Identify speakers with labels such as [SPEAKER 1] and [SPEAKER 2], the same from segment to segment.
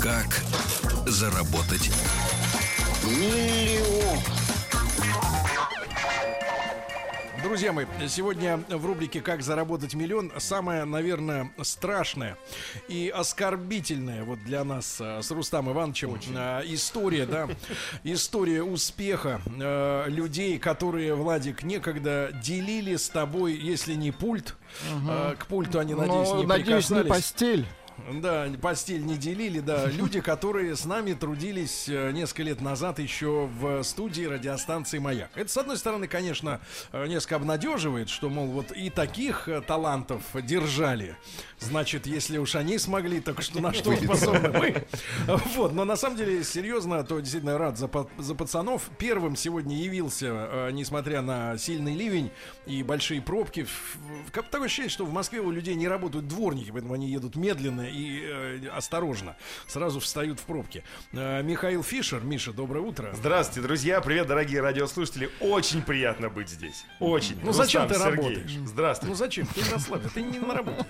[SPEAKER 1] Как заработать
[SPEAKER 2] Друзья мои, сегодня в рубрике «Как заработать миллион» самое, наверное, страшное и оскорбительное вот для нас а, с Рустам Ивановичем а, история, да, история успеха э, людей, которые, Владик, некогда делили с тобой, если не пульт, а, к пульту они, надеюсь,
[SPEAKER 3] Но,
[SPEAKER 2] не
[SPEAKER 3] Ну, надеюсь, не
[SPEAKER 2] прикасались.
[SPEAKER 3] постель.
[SPEAKER 2] Да, постель не делили, да. Люди, которые с нами трудились э, несколько лет назад еще в студии радиостанции «Маяк». Это, с одной стороны, конечно, э, несколько обнадеживает, что, мол, вот и таких э, талантов держали. Значит, если уж они смогли, так что на что способны мы? Вот, но на самом деле, серьезно, то действительно рад за, па- за пацанов. Первым сегодня явился, э, несмотря на сильный ливень и большие пробки. В- в- как- Такое ощущение, что в Москве у людей не работают дворники, поэтому они едут медленно и э, осторожно. Сразу встают в пробки. Э, Михаил Фишер. Миша, доброе утро.
[SPEAKER 4] Здравствуйте, друзья. Привет, дорогие радиослушатели. Очень приятно быть здесь. Очень.
[SPEAKER 2] Ну, зачем
[SPEAKER 4] Рустам,
[SPEAKER 2] ты
[SPEAKER 4] Сергей,
[SPEAKER 2] работаешь? Ну
[SPEAKER 4] Здравствуйте.
[SPEAKER 2] зачем? Ты расслабься, ты не на работе.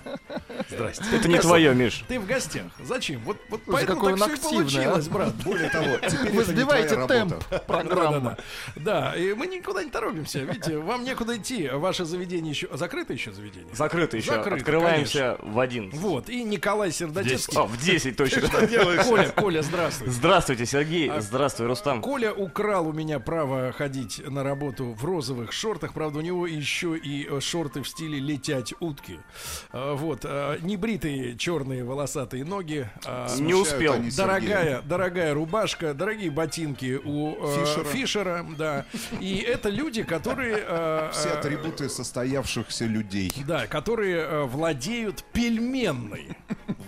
[SPEAKER 4] Здрасте.
[SPEAKER 5] Это не твое, Миш.
[SPEAKER 2] Ты в гостях. Зачем? Вот, вот поэтому
[SPEAKER 3] какой
[SPEAKER 2] так
[SPEAKER 3] он
[SPEAKER 2] все и
[SPEAKER 3] активный, а?
[SPEAKER 2] получилось, брат.
[SPEAKER 6] Более того, теперь
[SPEAKER 3] Вы
[SPEAKER 6] это не
[SPEAKER 3] сбиваете
[SPEAKER 6] твоя
[SPEAKER 3] темп
[SPEAKER 6] работа.
[SPEAKER 3] программы.
[SPEAKER 2] Да, да. и мы никуда не торопимся. Видите, вам некуда идти. Ваше заведение еще... Закрыто еще заведение?
[SPEAKER 5] Закрыто еще.
[SPEAKER 2] Закрыто,
[SPEAKER 5] Открываемся в 11.
[SPEAKER 2] Вот, и Николай Сердотецкий.
[SPEAKER 5] А, в 10 точно.
[SPEAKER 2] Коля, Коля, здравствуй.
[SPEAKER 5] Здравствуйте, Сергей. Здравствуй, Рустам.
[SPEAKER 2] Коля украл у меня право ходить на работу в розовых шортах. Правда, у него еще и э, шорты в стиле летять утки. А, Вот. а, Небритые черные волосатые ноги. а,
[SPEAKER 5] Не успел.
[SPEAKER 6] они, Сергей.
[SPEAKER 2] Дорогая, дорогая рубашка, дорогие ботинки у э,
[SPEAKER 6] Фишера.
[SPEAKER 2] Фишера, да. И это люди, которые, э,
[SPEAKER 6] Все
[SPEAKER 2] э,
[SPEAKER 6] атрибуты состоявшихся людей.
[SPEAKER 2] да, которые э, владеют пельменной.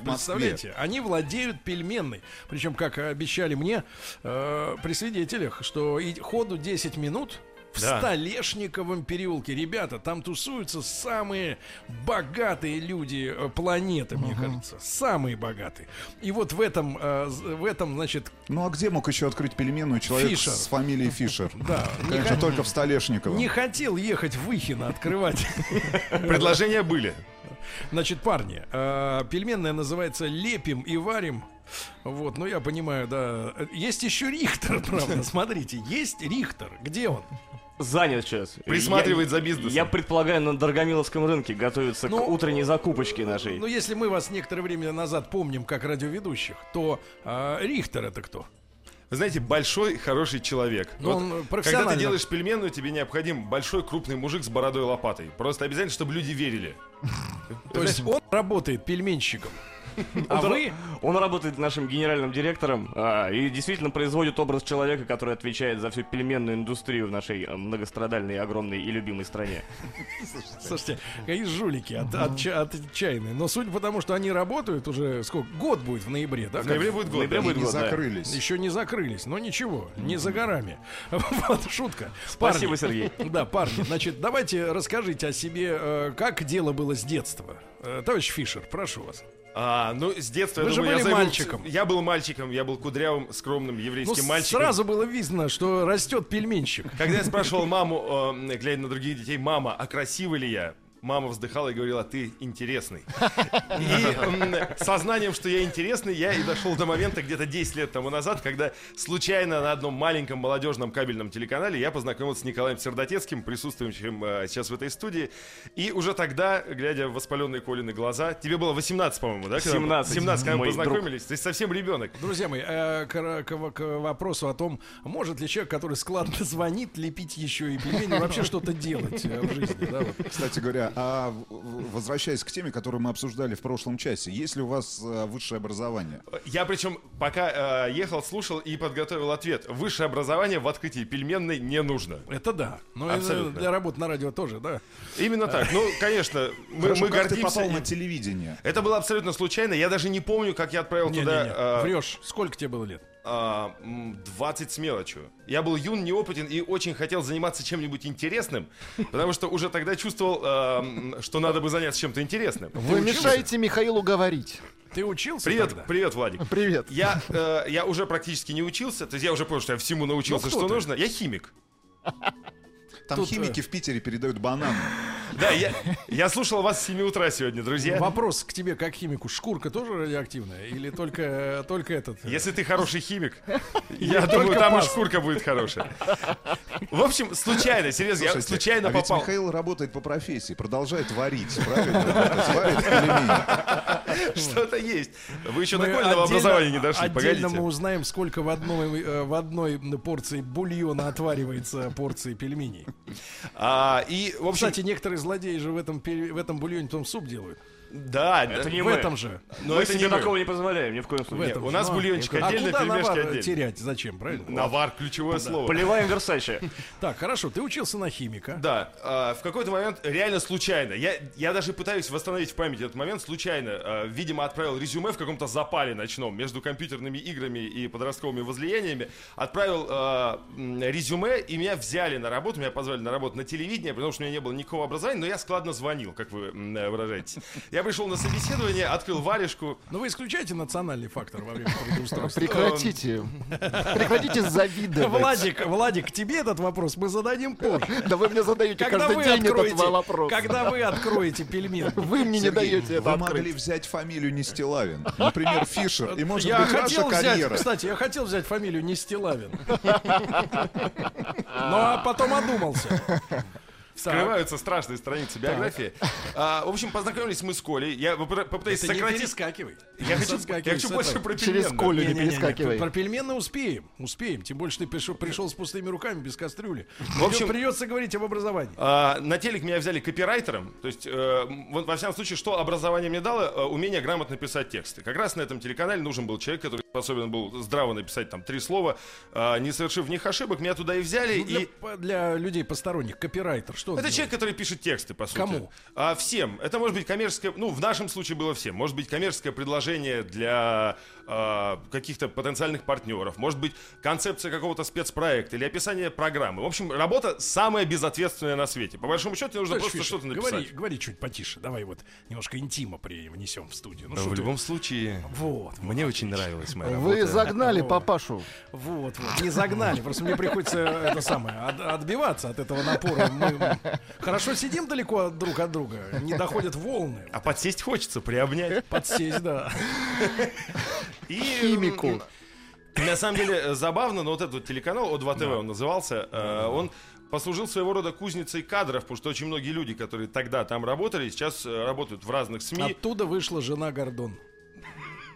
[SPEAKER 2] Представляете, они владеют пельменной. Причем, как обещали мне э, при свидетелях, что и ходу 10 минут в
[SPEAKER 4] Да.
[SPEAKER 2] Столешниковом переулке. Ребята, там тусуются самые богатые люди э, планеты, мне кажется. Самые богатые. И вот в этом, э, з- в этом, значит,
[SPEAKER 6] Ну а где мог еще открыть пельменную человек
[SPEAKER 2] Фишер.
[SPEAKER 6] с фамилией Фишер?
[SPEAKER 2] Да,
[SPEAKER 6] Конечно,
[SPEAKER 2] не-
[SPEAKER 6] только в Столешниково.
[SPEAKER 2] не хотел ехать в Выхино открывать.
[SPEAKER 4] Предложения были.
[SPEAKER 2] Значит, парни, э, пельменная называется «Лепим и варим». Вот, ну я понимаю, да. Есть еще Рихтер, правда, смотрите. Есть Рихтер. Где он?
[SPEAKER 5] Занят сейчас.
[SPEAKER 4] Присматривает
[SPEAKER 5] Я-
[SPEAKER 4] за бизнесом.
[SPEAKER 5] Я предполагаю, на Дорогомиловском рынке готовится к
[SPEAKER 2] Ну,
[SPEAKER 5] утренней закупочке нашей.
[SPEAKER 2] Ну, если мы вас некоторое время назад помним как радиоведущих, то э, Рихтер это кто?
[SPEAKER 4] Вы знаете, большой, хороший человек.
[SPEAKER 2] Ну, он
[SPEAKER 4] когда
[SPEAKER 2] профессионально.
[SPEAKER 4] ты делаешь пельменную, тебе необходим большой, крупный мужик с бородой и лопатой. Просто обязательно, чтобы люди верили.
[SPEAKER 2] То есть он работает пельменщиком. А вы?
[SPEAKER 5] Он работает нашим генеральным директором а, и действительно производит образ человека, который отвечает за всю пельменную индустрию в нашей э, многострадальной, огромной и любимой стране.
[SPEAKER 2] Слушайте, какие жулики от, отча- отчаянные. Но судя по тому, что они работают уже сколько? Год будет в ноябре, да?
[SPEAKER 4] В ноябре будет год.
[SPEAKER 5] ноябре
[SPEAKER 4] да?
[SPEAKER 6] И
[SPEAKER 5] будет
[SPEAKER 6] не
[SPEAKER 5] год, да.
[SPEAKER 6] закрылись.
[SPEAKER 2] Еще не закрылись, но ничего, не за горами. Вот шутка.
[SPEAKER 5] Спасибо,
[SPEAKER 2] Парни,
[SPEAKER 5] Сергей.
[SPEAKER 2] Да, парни, значит, давайте расскажите о себе, э, как дело было с детства. Э, Товарищ Фишер, прошу вас.
[SPEAKER 4] А, ну, с детства
[SPEAKER 2] Вы
[SPEAKER 4] я
[SPEAKER 2] же
[SPEAKER 4] думаю, я
[SPEAKER 2] были
[SPEAKER 4] займу-
[SPEAKER 2] мальчиком.
[SPEAKER 4] Я был мальчиком, я был кудрявым, скромным
[SPEAKER 2] Ну,
[SPEAKER 4] еврейским
[SPEAKER 2] с-
[SPEAKER 4] мальчиком.
[SPEAKER 2] сразу было видно, что растет пельменщик.
[SPEAKER 4] Когда я спрашивал маму, э, глядя на других детей, мама, а красивый ли я? Мама вздыхала и говорила, ты интересный. И м, сознанием, что я интересный, я и дошел до момента где-то 10 лет тому назад, когда случайно на одном маленьком молодежном кабельном телеканале я познакомился с Николаем Сердотецким, присутствующим э, сейчас в этой студии. И уже тогда, глядя в воспаленные Колины глаза, тебе было 18, по-моему, да? когда мы-
[SPEAKER 5] 17,
[SPEAKER 4] 17, когда мы
[SPEAKER 5] мой друг.
[SPEAKER 4] познакомились. То есть совсем ребенок.
[SPEAKER 2] Друзья мои, э, к, ра- к во- к вопросу о том, может ли человек, который складно звонит, лепить еще и пельмени, вообще что-то делать э, в жизни. да, вот.
[SPEAKER 6] Кстати говоря, а в- в- возвращаясь к теме, которую мы обсуждали в прошлом часе, есть ли у вас э, высшее образование?
[SPEAKER 4] Я причем пока э, ехал, слушал и подготовил ответ. Высшее образование в открытии пельменной не нужно.
[SPEAKER 2] Это да. Но и э,
[SPEAKER 4] Абсолютно.
[SPEAKER 2] для работы на радио тоже, да.
[SPEAKER 4] Именно так. Ну, конечно, мы,
[SPEAKER 6] Хорошо,
[SPEAKER 4] мы
[SPEAKER 6] как ты
[SPEAKER 4] гордимся.
[SPEAKER 6] попал
[SPEAKER 4] и-
[SPEAKER 6] на телевидение?
[SPEAKER 4] Это было абсолютно случайно. Я даже не помню, как я отправил
[SPEAKER 2] Не, не,
[SPEAKER 4] туда
[SPEAKER 2] не,
[SPEAKER 4] э,
[SPEAKER 2] Врешь. Сколько тебе было лет?
[SPEAKER 4] а, м, 20 с мелочью. Я был юн, неопытен и очень хотел заниматься чем-нибудь интересным, потому что уже тогда чувствовал, э, м, что надо бы заняться чем-то интересным.
[SPEAKER 3] Вы мешаете Михаилу говорить.
[SPEAKER 2] Ты учился
[SPEAKER 4] Привет,
[SPEAKER 2] тогда?
[SPEAKER 4] привет, Владик.
[SPEAKER 3] Привет.
[SPEAKER 4] Я, э, я уже практически не учился, то есть я уже понял, что я всему научился,
[SPEAKER 6] Ну, кто
[SPEAKER 4] что
[SPEAKER 6] ты?
[SPEAKER 4] нужно. Я химик.
[SPEAKER 6] Там химики в Питере передают бананы.
[SPEAKER 4] Да, я, я слушал вас с 7 утра сегодня, друзья.
[SPEAKER 2] Вопрос к тебе как химику. Шкурка тоже радиоактивная? Или только, только этот? э,
[SPEAKER 4] Если ты хороший химик, я думаю, там и шкурка будет хорошая. В общем, случайно, серьезно, я
[SPEAKER 6] Слушайте,
[SPEAKER 4] случайно
[SPEAKER 6] а ведь
[SPEAKER 4] попал.
[SPEAKER 6] Михаил работает по профессии, продолжает варить, правильно? То есть Варит алюминий.
[SPEAKER 4] Что-то есть. Вы еще
[SPEAKER 2] мы
[SPEAKER 4] до кольного
[SPEAKER 2] отдельно-
[SPEAKER 4] образования не дошли,
[SPEAKER 2] Отдельно
[SPEAKER 4] погодите.
[SPEAKER 2] мы узнаем, сколько в одной, э, в одной порции бульона отваривается порции пельменей.
[SPEAKER 4] А, и, в общем,
[SPEAKER 2] Кстати, некоторые злодеи же в этом, пе- в этом бульоне потом суп делают.
[SPEAKER 4] да,
[SPEAKER 5] Это не
[SPEAKER 2] в
[SPEAKER 5] мы.
[SPEAKER 2] этом же.
[SPEAKER 4] но
[SPEAKER 5] мы
[SPEAKER 4] это не
[SPEAKER 5] себе
[SPEAKER 4] мы.
[SPEAKER 5] такого не позволяем, ни в коем
[SPEAKER 2] В
[SPEAKER 5] случае.
[SPEAKER 2] этом
[SPEAKER 4] у
[SPEAKER 2] же.
[SPEAKER 4] нас
[SPEAKER 2] Ну, а,
[SPEAKER 4] бульончик
[SPEAKER 2] я говорю,
[SPEAKER 4] отдельно,
[SPEAKER 2] А куда
[SPEAKER 4] пельмешки
[SPEAKER 2] навар
[SPEAKER 4] отдельно.
[SPEAKER 2] терять? Зачем, правильно?
[SPEAKER 4] Навар, ключевое слово.
[SPEAKER 5] Поливаем Версаче.
[SPEAKER 2] Так, хорошо, ты учился на химика.
[SPEAKER 4] Да, а, в какой-то момент реально случайно. Я, я даже пытаюсь восстановить в памяти этот момент случайно. а, видимо, отправил резюме в каком-то запале ночном между компьютерными играми и подростковыми возлияниями. Отправил а, м, резюме, и меня взяли на работу, меня позвали на работу на телевидение, потому что у меня не было никакого образования, но я складно звонил, как вы м, э, выражаетесь. Я пришел на собеседование, открыл варежку.
[SPEAKER 2] Но вы исключаете национальный фактор во время трудоустройства.
[SPEAKER 3] Прекратите. Прекратите завидовать.
[SPEAKER 2] Владик, Владик, тебе этот вопрос мы зададим позже.
[SPEAKER 3] Да вы мне задаете
[SPEAKER 2] Когда
[SPEAKER 3] каждый
[SPEAKER 2] вы
[SPEAKER 3] день этот
[SPEAKER 2] откроете,
[SPEAKER 3] вопрос.
[SPEAKER 2] когда вы откроете пельмен.
[SPEAKER 3] Вы мне не
[SPEAKER 6] Сергей,
[SPEAKER 3] даете это
[SPEAKER 6] Вы могли
[SPEAKER 3] открыть.
[SPEAKER 6] взять фамилию Нестилавин, например, Фишер, и, может
[SPEAKER 2] Я
[SPEAKER 6] быть, ваша
[SPEAKER 2] хотел взять,
[SPEAKER 6] карьера.
[SPEAKER 2] кстати, я хотел взять фамилию Нестилавин. Но а потом одумался.
[SPEAKER 4] Скрываются страшные страницы биографии. А, в общем, познакомились мы с Колей. Я попыта- попытаюсь
[SPEAKER 2] Ты не
[SPEAKER 4] сократить.
[SPEAKER 2] перескакивай.
[SPEAKER 4] Я
[SPEAKER 2] Не
[SPEAKER 4] хочу, я
[SPEAKER 2] соскакивай
[SPEAKER 4] хочу
[SPEAKER 2] с
[SPEAKER 4] больше
[SPEAKER 2] этого.
[SPEAKER 4] про
[SPEAKER 3] Через
[SPEAKER 4] пельменную.
[SPEAKER 3] Колю не
[SPEAKER 2] Не-не-не,
[SPEAKER 3] перескакивай.
[SPEAKER 2] Про пельмены успеем, успеем. Тем больше ты пришел, пришел с пустыми руками, без кастрюли.
[SPEAKER 4] В общем-
[SPEAKER 2] придется говорить об образовании.
[SPEAKER 4] А, на телек меня взяли копирайтером, то есть, э, м, вот, во всяком случае, что образование мне дало, э, умение грамотно писать тексты. Как раз на этом телеканале нужен был человек, который способен был здраво написать там три слова, а, не совершив в них ошибок, меня туда и взяли,
[SPEAKER 2] Ну, для,
[SPEAKER 4] и...
[SPEAKER 2] по- для людей посторонних, копирайтер, что он
[SPEAKER 4] Это
[SPEAKER 2] делает?
[SPEAKER 4] человек, который пишет тексты, по сути.
[SPEAKER 2] Кому?
[SPEAKER 4] А, всем. Это может быть коммерческое, ну, в нашем случае было всем. Может быть коммерческое предложение для а, каких-то потенциальных партнеров. Может быть концепция какого-то спецпроекта или описание программы. В общем, работа самая безответственная на свете. По большому счету, тебе нужно
[SPEAKER 2] Товарищ
[SPEAKER 4] просто
[SPEAKER 2] Фишер,
[SPEAKER 4] что-то написать.
[SPEAKER 2] Говори, говори чуть потише. Давай вот немножко интима привнесем в студию. Ну,
[SPEAKER 4] Ну,
[SPEAKER 2] что
[SPEAKER 4] в
[SPEAKER 2] ты-
[SPEAKER 4] любом случае,
[SPEAKER 2] Вот,
[SPEAKER 4] мне очень нравилась моя работа.
[SPEAKER 3] Вы загнали папашу.
[SPEAKER 2] вот, вот. Не загнали. Просто мне приходится это самое от- отбиваться от этого напора. Мы хорошо сидим далеко от- друг от друга. Не доходят волны.
[SPEAKER 4] А подсесть хочется, приобнять.
[SPEAKER 2] Подсесть, да.
[SPEAKER 4] И,
[SPEAKER 3] Химику.
[SPEAKER 4] м, На самом деле э, забавно, но вот этот вот телеканал, О2ТВ он назывался, э, он послужил своего рода кузницей кадров, потому что очень многие люди, которые тогда там работали, сейчас э, работают в разных СМИ.
[SPEAKER 2] Оттуда вышла жена Гордон.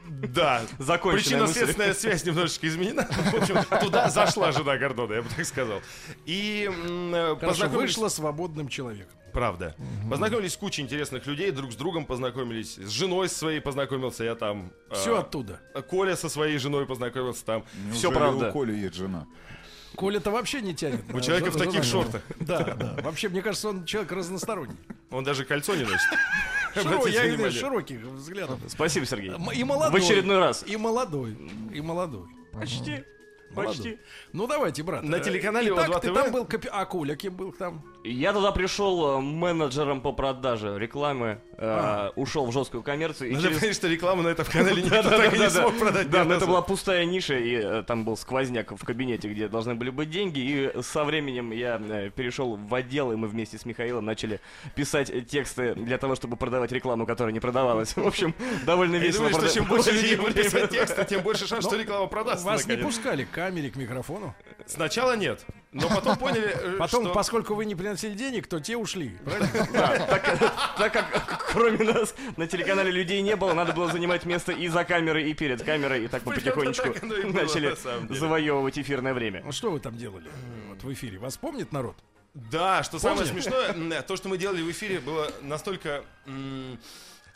[SPEAKER 4] Да.
[SPEAKER 5] Законченная
[SPEAKER 4] Причинно-следственная связь немножечко изменена. В общем, туда зашла жена Гордона, я бы так сказал. И м, э,
[SPEAKER 2] Хорошо,
[SPEAKER 4] познакомились-
[SPEAKER 2] вышла свободным человеком.
[SPEAKER 4] Правда. Познакомились с кучей интересных людей, друг с другом познакомились. С женой своей познакомился я там. э,
[SPEAKER 2] Все оттуда.
[SPEAKER 4] Коля со своей женой познакомился там.
[SPEAKER 5] Всё
[SPEAKER 6] Неужели
[SPEAKER 5] правда.
[SPEAKER 6] у Коли есть жена.
[SPEAKER 2] Коля-то вообще не тянет.
[SPEAKER 4] У человека в таких шортах.
[SPEAKER 2] Да, да. Вообще, мне кажется, он человек разносторонний.
[SPEAKER 4] Он даже кольцо не носит.
[SPEAKER 2] Широ-
[SPEAKER 4] Обратите
[SPEAKER 2] я имею в виду
[SPEAKER 4] внимание.
[SPEAKER 2] широких взглядов.
[SPEAKER 5] Спасибо, Сергей.
[SPEAKER 2] М- И молодой.
[SPEAKER 5] В очередной раз.
[SPEAKER 2] И молодой. И молодой.
[SPEAKER 5] Почти.
[SPEAKER 2] Молодой. Ну давайте, брат.
[SPEAKER 4] На
[SPEAKER 2] Э,
[SPEAKER 4] телеканале
[SPEAKER 2] Итак,
[SPEAKER 4] О2
[SPEAKER 2] ты
[SPEAKER 4] TV.
[SPEAKER 2] там был копи... А Коля кем был там?
[SPEAKER 5] Я туда пришел э, менеджером по продаже рекламы, э,
[SPEAKER 4] А.
[SPEAKER 5] ушел в жесткую коммерцию. и
[SPEAKER 4] Надо
[SPEAKER 5] через-
[SPEAKER 4] понять, что рекламу на этом канале Ну, никто так и не
[SPEAKER 5] Да-да-да-да-да.
[SPEAKER 4] смог продать.
[SPEAKER 5] Ну, Да,
[SPEAKER 4] ни
[SPEAKER 5] но это
[SPEAKER 4] разу.
[SPEAKER 5] была пустая ниша, и э, там был сквозняк в кабинете, где должны были быть деньги. И со временем я э, перешел в отдел, и мы вместе с Михаилом начали писать э, тексты для того, чтобы продавать рекламу, которая не продавалась. В общем, довольно
[SPEAKER 4] Я
[SPEAKER 5] весело.
[SPEAKER 4] думаю, что
[SPEAKER 5] прода-
[SPEAKER 4] чем больше людей
[SPEAKER 5] провели
[SPEAKER 4] будет
[SPEAKER 5] время.
[SPEAKER 4] писать текста, тем больше шанс, что реклама продастся.
[SPEAKER 2] Вас не
[SPEAKER 4] наконец.
[SPEAKER 2] пускали к камере, к микрофону.
[SPEAKER 4] Сначала нет, но потом поняли, э,
[SPEAKER 2] Потом,
[SPEAKER 4] что-
[SPEAKER 2] поскольку вы не приносили денег, то те ушли. Правильно?
[SPEAKER 5] Так как кроме нас на телеканале людей не было, надо было занимать место и за камерой, и перед камерой, и так мы
[SPEAKER 4] Примерно
[SPEAKER 5] потихонечку
[SPEAKER 4] так оно и было, на
[SPEAKER 5] начали
[SPEAKER 4] самом деле.
[SPEAKER 5] завоевывать эфирное время.
[SPEAKER 2] Ну, Что вы там делали? Вот в эфире. Вас помнит народ?
[SPEAKER 4] Да, что самое
[SPEAKER 2] Помнишь?
[SPEAKER 4] смешное, м, то, что мы делали в эфире, было настолько м,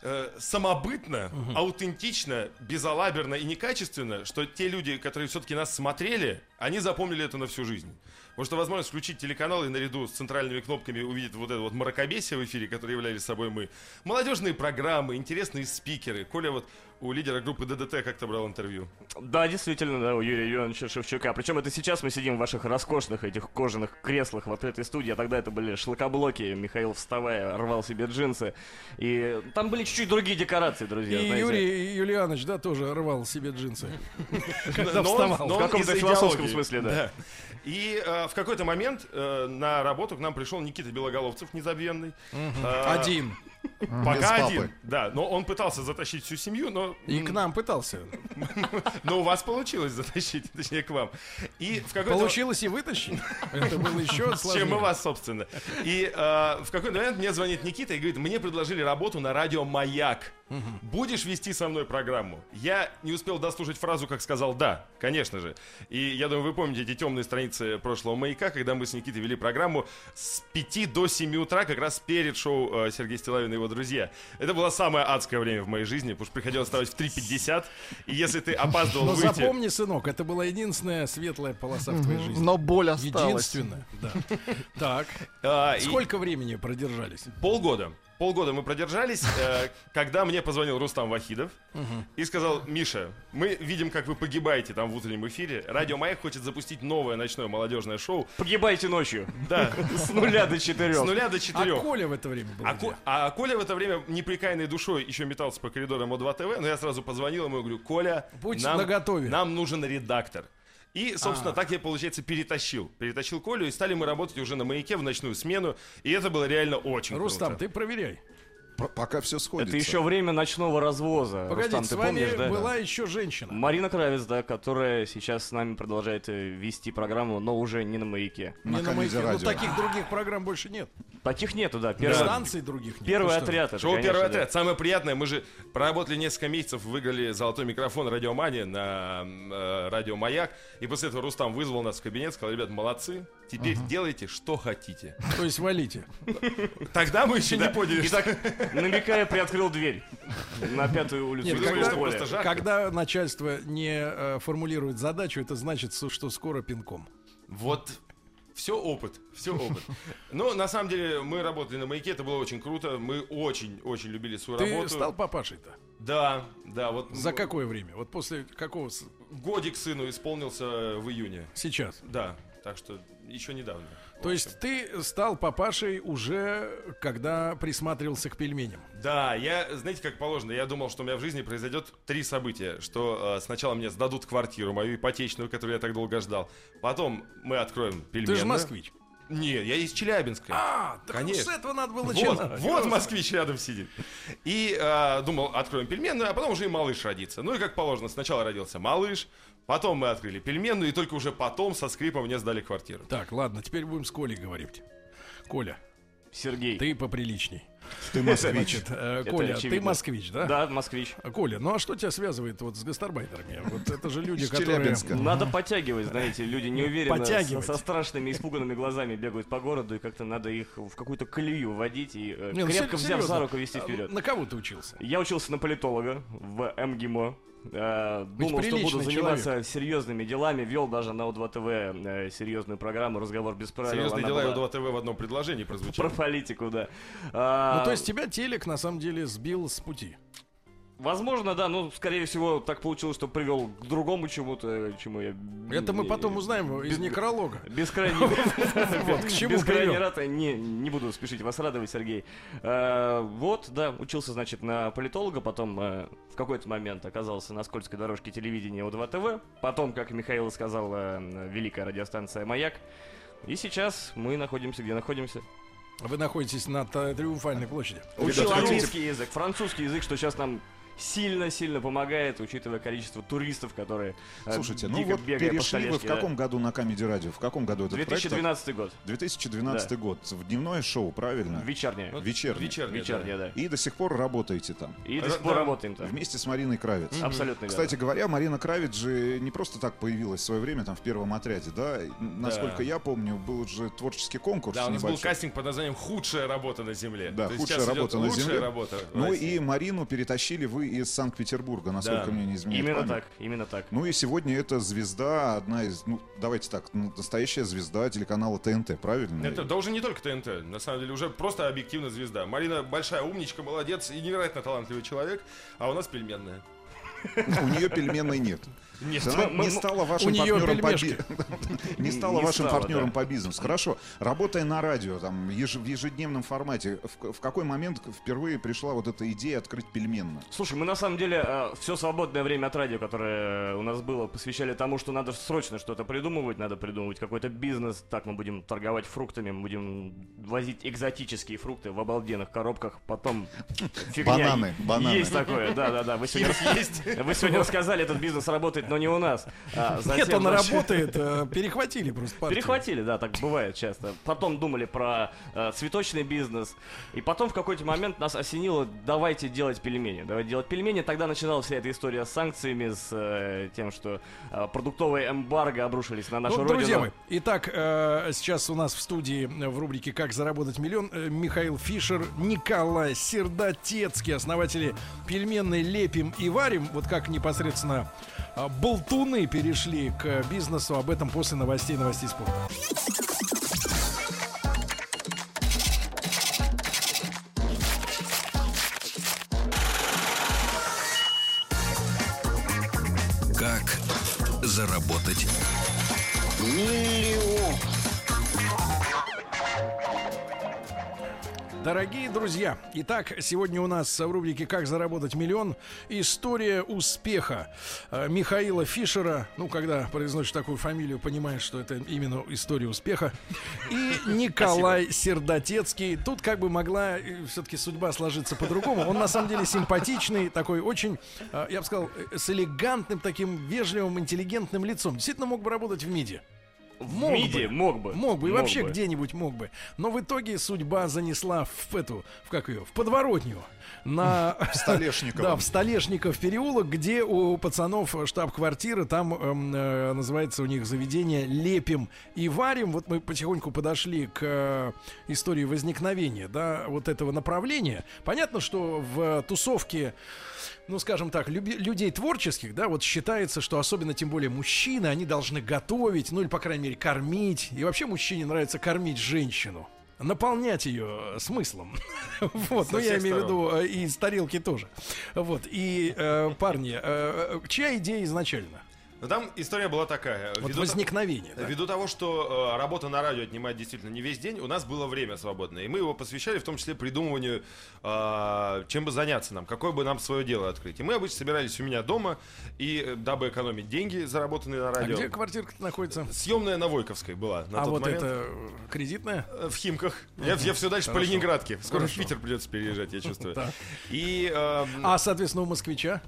[SPEAKER 4] э, самобытно, аутентично, безалаберно и некачественно, что те люди, которые все-таки нас смотрели, они запомнили это на всю жизнь. Потому что возможность включить телеканал и наряду с центральными кнопками увидеть вот это вот мракобесие в эфире, которое являлись собой мы. Молодежные программы, интересные спикеры. Коля вот у лидера группы ДДТ как-то брал интервью.
[SPEAKER 5] Да, действительно, да, у Юрия Юрьевича Шевчука. Причем это сейчас мы сидим в ваших роскошных этих кожаных креслах в открытой студии, а тогда это были шлакоблоки. Михаил, вставая, рвал себе джинсы. И там были чуть-чуть другие декорации, друзья.
[SPEAKER 2] И
[SPEAKER 5] знаете.
[SPEAKER 2] Юрий Юлианович, да, тоже рвал себе джинсы. Когда
[SPEAKER 4] Но он-
[SPEAKER 2] вставал.
[SPEAKER 4] но
[SPEAKER 5] В
[SPEAKER 4] он
[SPEAKER 5] каком-то
[SPEAKER 4] из
[SPEAKER 5] философском
[SPEAKER 4] идеологии.
[SPEAKER 5] смысле, да.
[SPEAKER 4] И э, в какой-то момент э, на работу к нам пришел Никита Белоголовцев, незабвенный. Э,
[SPEAKER 2] Один.
[SPEAKER 3] Без
[SPEAKER 4] Пока
[SPEAKER 3] папы.
[SPEAKER 4] один. Да, но он пытался затащить всю семью, но,
[SPEAKER 2] И к нам пытался.
[SPEAKER 4] но у вас получилось затащить, точнее, к вам. И в какой-то...
[SPEAKER 2] Получилось и вытащить. Это было еще
[SPEAKER 4] С чем и
[SPEAKER 2] сложнее.
[SPEAKER 4] вас, собственно. И э, в какой-то момент мне звонит Никита и говорит, мне предложили работу на радио «Маяк». Будешь вести со мной программу? Я не успел дослушать фразу, как сказал «да», конечно же. И я думаю, вы помните эти темные страницы прошлого «Маяка», когда мы с Никитой вели программу с 5 до 7 утра, как раз перед шоу э, Сергея Стилавина и его друзья. Это было самое адское время в моей жизни, потому что приходилось вставать в 3.50, и если ты опаздывал
[SPEAKER 2] Но
[SPEAKER 4] выйти...
[SPEAKER 2] запомни, сынок, это была единственная светлая полоса в твоей жизни.
[SPEAKER 3] Но боль осталась.
[SPEAKER 2] Единственная, да. Так,
[SPEAKER 4] э, и-
[SPEAKER 2] сколько времени продержались?
[SPEAKER 4] Полгода. Полгода мы продержались, э, когда мне позвонил Рустам Вахидов и сказал, Миша, мы видим, как вы погибаете там в утреннем эфире. Радио Маяк хочет запустить новое ночное молодежное шоу.
[SPEAKER 5] Погибайте ночью.
[SPEAKER 4] Да,
[SPEAKER 5] С нуля до
[SPEAKER 4] с
[SPEAKER 5] четырех.
[SPEAKER 4] нуля до
[SPEAKER 2] А
[SPEAKER 4] четырех.
[SPEAKER 2] Коля в это время был
[SPEAKER 4] А,
[SPEAKER 2] где?
[SPEAKER 4] Ко- а Коля в это время неприкаянной душой еще метался по коридорам О2 ТВ, но я сразу позвонил ему и говорю, Коля,
[SPEAKER 2] Будь
[SPEAKER 4] нам,
[SPEAKER 2] наготове». А.
[SPEAKER 4] нам нужен редактор. И, собственно, так я, получается, перетащил. Перетащил Колю, и стали мы работать уже на маяке в ночную смену. И это было реально очень
[SPEAKER 2] Рустам,
[SPEAKER 4] круто.
[SPEAKER 2] ты проверяй.
[SPEAKER 6] П- Пока все
[SPEAKER 5] Это
[SPEAKER 6] сходится.
[SPEAKER 5] еще время ночного развоза.
[SPEAKER 2] Погодите,
[SPEAKER 5] а Рустам,
[SPEAKER 2] с
[SPEAKER 5] ты
[SPEAKER 2] вами
[SPEAKER 5] помнишь, да?
[SPEAKER 2] была еще женщина.
[SPEAKER 5] Марина Кравец, да, которая сейчас с нами продолжает э, вести программу, но уже не на маяке.
[SPEAKER 6] на
[SPEAKER 2] Не
[SPEAKER 6] Камеди
[SPEAKER 2] «Маяке». Ну,
[SPEAKER 6] радио.
[SPEAKER 2] таких других программ больше нет.
[SPEAKER 5] Таких нету, да. Первый,
[SPEAKER 2] Станций других нет.
[SPEAKER 5] первый
[SPEAKER 2] Ты что?
[SPEAKER 5] отряд. это,
[SPEAKER 4] Шоу
[SPEAKER 5] конечно,
[SPEAKER 4] «Первый
[SPEAKER 5] да.
[SPEAKER 4] отряд». Самое приятное, мы же проработали несколько месяцев, выиграли золотой микрофон радиомания на м, э, радио «Маяк». И после этого Рустам вызвал нас в кабинет, сказал, ребят, молодцы, теперь делайте, что хотите.
[SPEAKER 2] То есть валите.
[SPEAKER 4] Тогда мы еще не поняли,
[SPEAKER 5] И
[SPEAKER 4] что...
[SPEAKER 5] так, намекая, приоткрыл дверь на пятую улицу.
[SPEAKER 2] Нет,
[SPEAKER 5] Думаю,
[SPEAKER 2] когда-
[SPEAKER 5] что более.
[SPEAKER 4] просто жарко.
[SPEAKER 2] Когда начальство не э, формулирует задачу, это значит, су- что скоро пинком.
[SPEAKER 4] Вот все опыт, все опыт. Но на самом деле мы работали на «Маяке», это было очень круто. Мы очень-очень любили свою
[SPEAKER 2] Ты
[SPEAKER 4] работу.
[SPEAKER 2] стал папашей-то?
[SPEAKER 4] Да, да, вот
[SPEAKER 2] За
[SPEAKER 4] м,
[SPEAKER 2] какое время? Вот после какого с-
[SPEAKER 4] годик сыну исполнился в июне.
[SPEAKER 2] сейчас?
[SPEAKER 4] Да, так что еще недавно.
[SPEAKER 2] То есть ты стал папашей уже, когда присматривался к пельменям.
[SPEAKER 4] Да, я, знаете, как положено, я думал, что у меня в жизни произойдет три события. Что э, сначала мне сдадут квартиру, мою ипотечную, которую я так долго ждал. Потом мы откроем пельмени.
[SPEAKER 2] Ты же москвич.
[SPEAKER 4] Нет, я из Челябинска.
[SPEAKER 2] А, так
[SPEAKER 4] Конечно.
[SPEAKER 2] с этого надо было
[SPEAKER 4] Вот,
[SPEAKER 2] начинать.
[SPEAKER 4] вот москвич рядом сидит. И э, думал, откроем пельменную, а потом уже и малыш родится. Ну и как положено, сначала родился малыш, потом мы открыли пельменную, и только уже потом со скрипом мне сдали квартиру.
[SPEAKER 2] Так, ладно, теперь будем с Колей говорить. Коля,
[SPEAKER 5] Сергей.
[SPEAKER 2] ты поприличней.
[SPEAKER 6] Ты москвич.
[SPEAKER 2] Значит, э, Коля, ты
[SPEAKER 5] очевидно.
[SPEAKER 2] москвич, да?
[SPEAKER 5] Да, москвич.
[SPEAKER 2] А, Коля, ну а что тебя связывает вот с гастарбайтерами? Вот это же люди,
[SPEAKER 6] Из
[SPEAKER 2] которые...
[SPEAKER 6] Челябинска.
[SPEAKER 5] Надо подтягивать, знаете, люди неуверенно, со,
[SPEAKER 2] Подтягивать.
[SPEAKER 5] со страшными испуганными глазами бегают по городу, и как-то надо их в какую-то колею вводить и э,
[SPEAKER 2] Не, ну,
[SPEAKER 5] крепко
[SPEAKER 2] сер-
[SPEAKER 5] взяв
[SPEAKER 2] серьезно.
[SPEAKER 5] за руку вести вперед.
[SPEAKER 2] На кого ты учился?
[SPEAKER 5] Я учился на политолога в МГИМО. Э,
[SPEAKER 2] Быть
[SPEAKER 5] Думал, что буду
[SPEAKER 2] приличный
[SPEAKER 5] заниматься серьезными делами. Вел даже на У2 ТВ э, серьезную программу «Разговор без правил».
[SPEAKER 4] Серьезные
[SPEAKER 5] Она
[SPEAKER 4] дела и
[SPEAKER 5] была
[SPEAKER 4] у 2 ТВ в одном предложении прозвучали.
[SPEAKER 5] Про политику, да. А,
[SPEAKER 2] Ну, то есть тебя телек на самом деле сбил с пути.
[SPEAKER 5] Возможно, да, но, скорее всего, так получилось, что привел к другому чему-то, э, чему я...
[SPEAKER 2] Это мы
[SPEAKER 5] не-
[SPEAKER 2] потом узнаем из некролога.
[SPEAKER 5] Бескрайне...
[SPEAKER 2] Вот, к чему
[SPEAKER 5] Бескрайне
[SPEAKER 2] привел.
[SPEAKER 5] рад, э, не, не буду спешить вас радовать, Сергей. Э, Вот, да, учился, значит, на политолога, потом э, в какой-то момент оказался на скользкой дорожке телевидения У2 ТВ, потом, как Михаил сказал, э, великая радиостанция «Маяк», и сейчас мы находимся, где находимся.
[SPEAKER 2] Вы находитесь на Та- Триумфальной площади.
[SPEAKER 5] Учил
[SPEAKER 4] хотите-
[SPEAKER 5] английский язык, французский язык, что сейчас нам сильно-сильно помогает, учитывая количество туристов, которые э,
[SPEAKER 6] Слушайте, ну
[SPEAKER 5] дико
[SPEAKER 6] вот
[SPEAKER 5] бегая по
[SPEAKER 6] перешли вы в
[SPEAKER 5] столешке, да.
[SPEAKER 6] каком году на Камеди Радио? В каком году этот проект?
[SPEAKER 5] 2012 год.
[SPEAKER 6] 2012
[SPEAKER 5] Да.
[SPEAKER 6] год. В дневное шоу, правильно?
[SPEAKER 5] Вечерняя.
[SPEAKER 6] Вечерний.
[SPEAKER 4] Вечерний,
[SPEAKER 5] Вечерняя, да.
[SPEAKER 6] И до сих пор работаете там.
[SPEAKER 5] И до
[SPEAKER 4] Ра-
[SPEAKER 5] сих пор
[SPEAKER 4] да.
[SPEAKER 5] работаем там.
[SPEAKER 6] Вместе с Мариной Кравец.
[SPEAKER 5] Абсолютно верно.
[SPEAKER 6] Кстати говоря, Марина Кравец же не просто так появилась в свое время там в первом отряде, да? Насколько я помню, был же творческий конкурс
[SPEAKER 4] Да, у нас был
[SPEAKER 6] небольшой.
[SPEAKER 4] кастинг под названием «Худшая работа на земле».
[SPEAKER 6] Да,
[SPEAKER 4] То есть
[SPEAKER 6] худшая
[SPEAKER 4] сейчас идет
[SPEAKER 6] работа на
[SPEAKER 4] лучшая
[SPEAKER 6] земле.
[SPEAKER 4] работа в
[SPEAKER 6] Ну
[SPEAKER 4] России.
[SPEAKER 6] и Марину перетащили вы Москвы и из Санкт-Петербурга, насколько
[SPEAKER 4] Да.
[SPEAKER 6] мне не изменяет
[SPEAKER 5] Именно
[SPEAKER 6] память.
[SPEAKER 5] так, именно так.
[SPEAKER 6] Ну и сегодня это звезда, одна из, ну, давайте так, ну, настоящая звезда телеканала ТНТ, правильно?
[SPEAKER 4] Это да уже не только ТНТ, на самом деле, уже просто объективно звезда. Марина большая умничка, молодец и невероятно талантливый человек, а у нас пельменная.
[SPEAKER 6] У нее пельменной нет.
[SPEAKER 4] Нет,
[SPEAKER 6] Она не стала вашим
[SPEAKER 2] неё
[SPEAKER 6] партнером по би-
[SPEAKER 2] пельмешки.
[SPEAKER 6] Не стала
[SPEAKER 5] Не
[SPEAKER 6] вашим
[SPEAKER 5] стала,
[SPEAKER 6] партнером
[SPEAKER 5] да.
[SPEAKER 6] по бизнесу. Хорошо. Работая на радио, там, еж- в ежедневном формате, в в какой момент впервые пришла вот эта идея открыть пельменную?
[SPEAKER 5] Слушай, мы на самом деле все свободное время от радио, которое у нас было, посвящали тому, что надо срочно что-то придумывать, надо придумывать какой-то бизнес. Так мы будем торговать фруктами, мы будем возить экзотические фрукты в обалденных коробках, потом фигня.
[SPEAKER 6] Бананы, бананы.
[SPEAKER 5] Есть такое, да-да-да. Вы сегодня, вы сегодня рассказали, этот бизнес работает, но не у нас. А,
[SPEAKER 2] Нет,
[SPEAKER 5] затем,
[SPEAKER 2] он
[SPEAKER 5] значит,
[SPEAKER 2] работает. э, Перехватили просто партию.
[SPEAKER 5] Перехватили, да, так бывает часто. Потом думали про э, цветочный бизнес. И потом в какой-то момент нас осенило, давайте делать пельмени. Давайте делать пельмени. Тогда начиналась вся эта история с санкциями, с э, тем, что э, продуктовые эмбарго обрушились на нашу
[SPEAKER 2] Ну,
[SPEAKER 5] родину.
[SPEAKER 2] друзья мои, итак, э, сейчас у нас в студии э, в рубрике «Как заработать миллион» э, Михаил Фишер, Николай Сердотецкий, основатели пельменной «Лепим и варим». Вот как непосредственно э, болтуны перешли к э, бизнесу. Об этом после новостей, новостей спорта.
[SPEAKER 1] Как заработать
[SPEAKER 4] Ну,
[SPEAKER 2] Дорогие друзья, итак, сегодня у нас в рубрике «Как заработать миллион» история успеха э, Михаила Фишера. Ну, когда произносишь такую фамилию, понимаешь, что это именно история успеха. И Николай Сердотецкий. Тут как бы могла все-таки судьба сложиться по-другому. Он на самом деле симпатичный, такой очень, э, я бы сказал, э, с элегантным, таким вежливым, интеллигентным лицом. Действительно мог бы работать в МИДе.
[SPEAKER 5] в
[SPEAKER 2] мог
[SPEAKER 5] МИДе
[SPEAKER 2] бы.
[SPEAKER 5] мог бы.
[SPEAKER 2] Мог бы, и вообще
[SPEAKER 5] бы.
[SPEAKER 2] где-нибудь мог бы. Но в итоге судьба занесла в эту, в как ее, в подворотню. На...
[SPEAKER 6] В Столешниково.
[SPEAKER 2] Да, в Столешников переулок, где у пацанов штаб-квартира, там эм, э, называется у них заведение «Лепим и варим». Вот мы потихоньку подошли к э, истории возникновения, да, вот этого направления. Понятно, что в э, тусовке ну, скажем так, люби- людей творческих, да, вот считается, что особенно, тем более, мужчины, они должны готовить, ну, или, по крайней мере, кормить. И вообще мужчине нравится кормить женщину. Наполнять ее э, смыслом. Вот, ну я
[SPEAKER 4] всех
[SPEAKER 2] имею в виду э, и из тарелки тоже. Вот, и, э, парни, э, чья идея изначально?
[SPEAKER 4] Но там история была такая.
[SPEAKER 2] Вот
[SPEAKER 4] Ввиду
[SPEAKER 2] возникновение. да. А
[SPEAKER 4] Ввиду того, что э, работа на радио отнимает действительно не весь день, у нас было время свободное. И мы его посвящали в том числе придумыванию, э, чем бы заняться нам, какое бы нам свое дело открыть. И мы обычно собирались у меня дома, и э, дабы экономить деньги, заработанные на
[SPEAKER 2] А
[SPEAKER 4] радио.
[SPEAKER 2] где квартирка находится?
[SPEAKER 4] Съемная на Войковской была на
[SPEAKER 2] А
[SPEAKER 4] тот
[SPEAKER 2] вот
[SPEAKER 4] момент.
[SPEAKER 2] это э, кредитная?
[SPEAKER 4] Э, В Химках. Я, я все дальше по Ленинградке. Скоро в Питер придется переезжать, я чувствую.
[SPEAKER 2] Так.
[SPEAKER 4] И э,
[SPEAKER 2] А, соответственно, у москвича?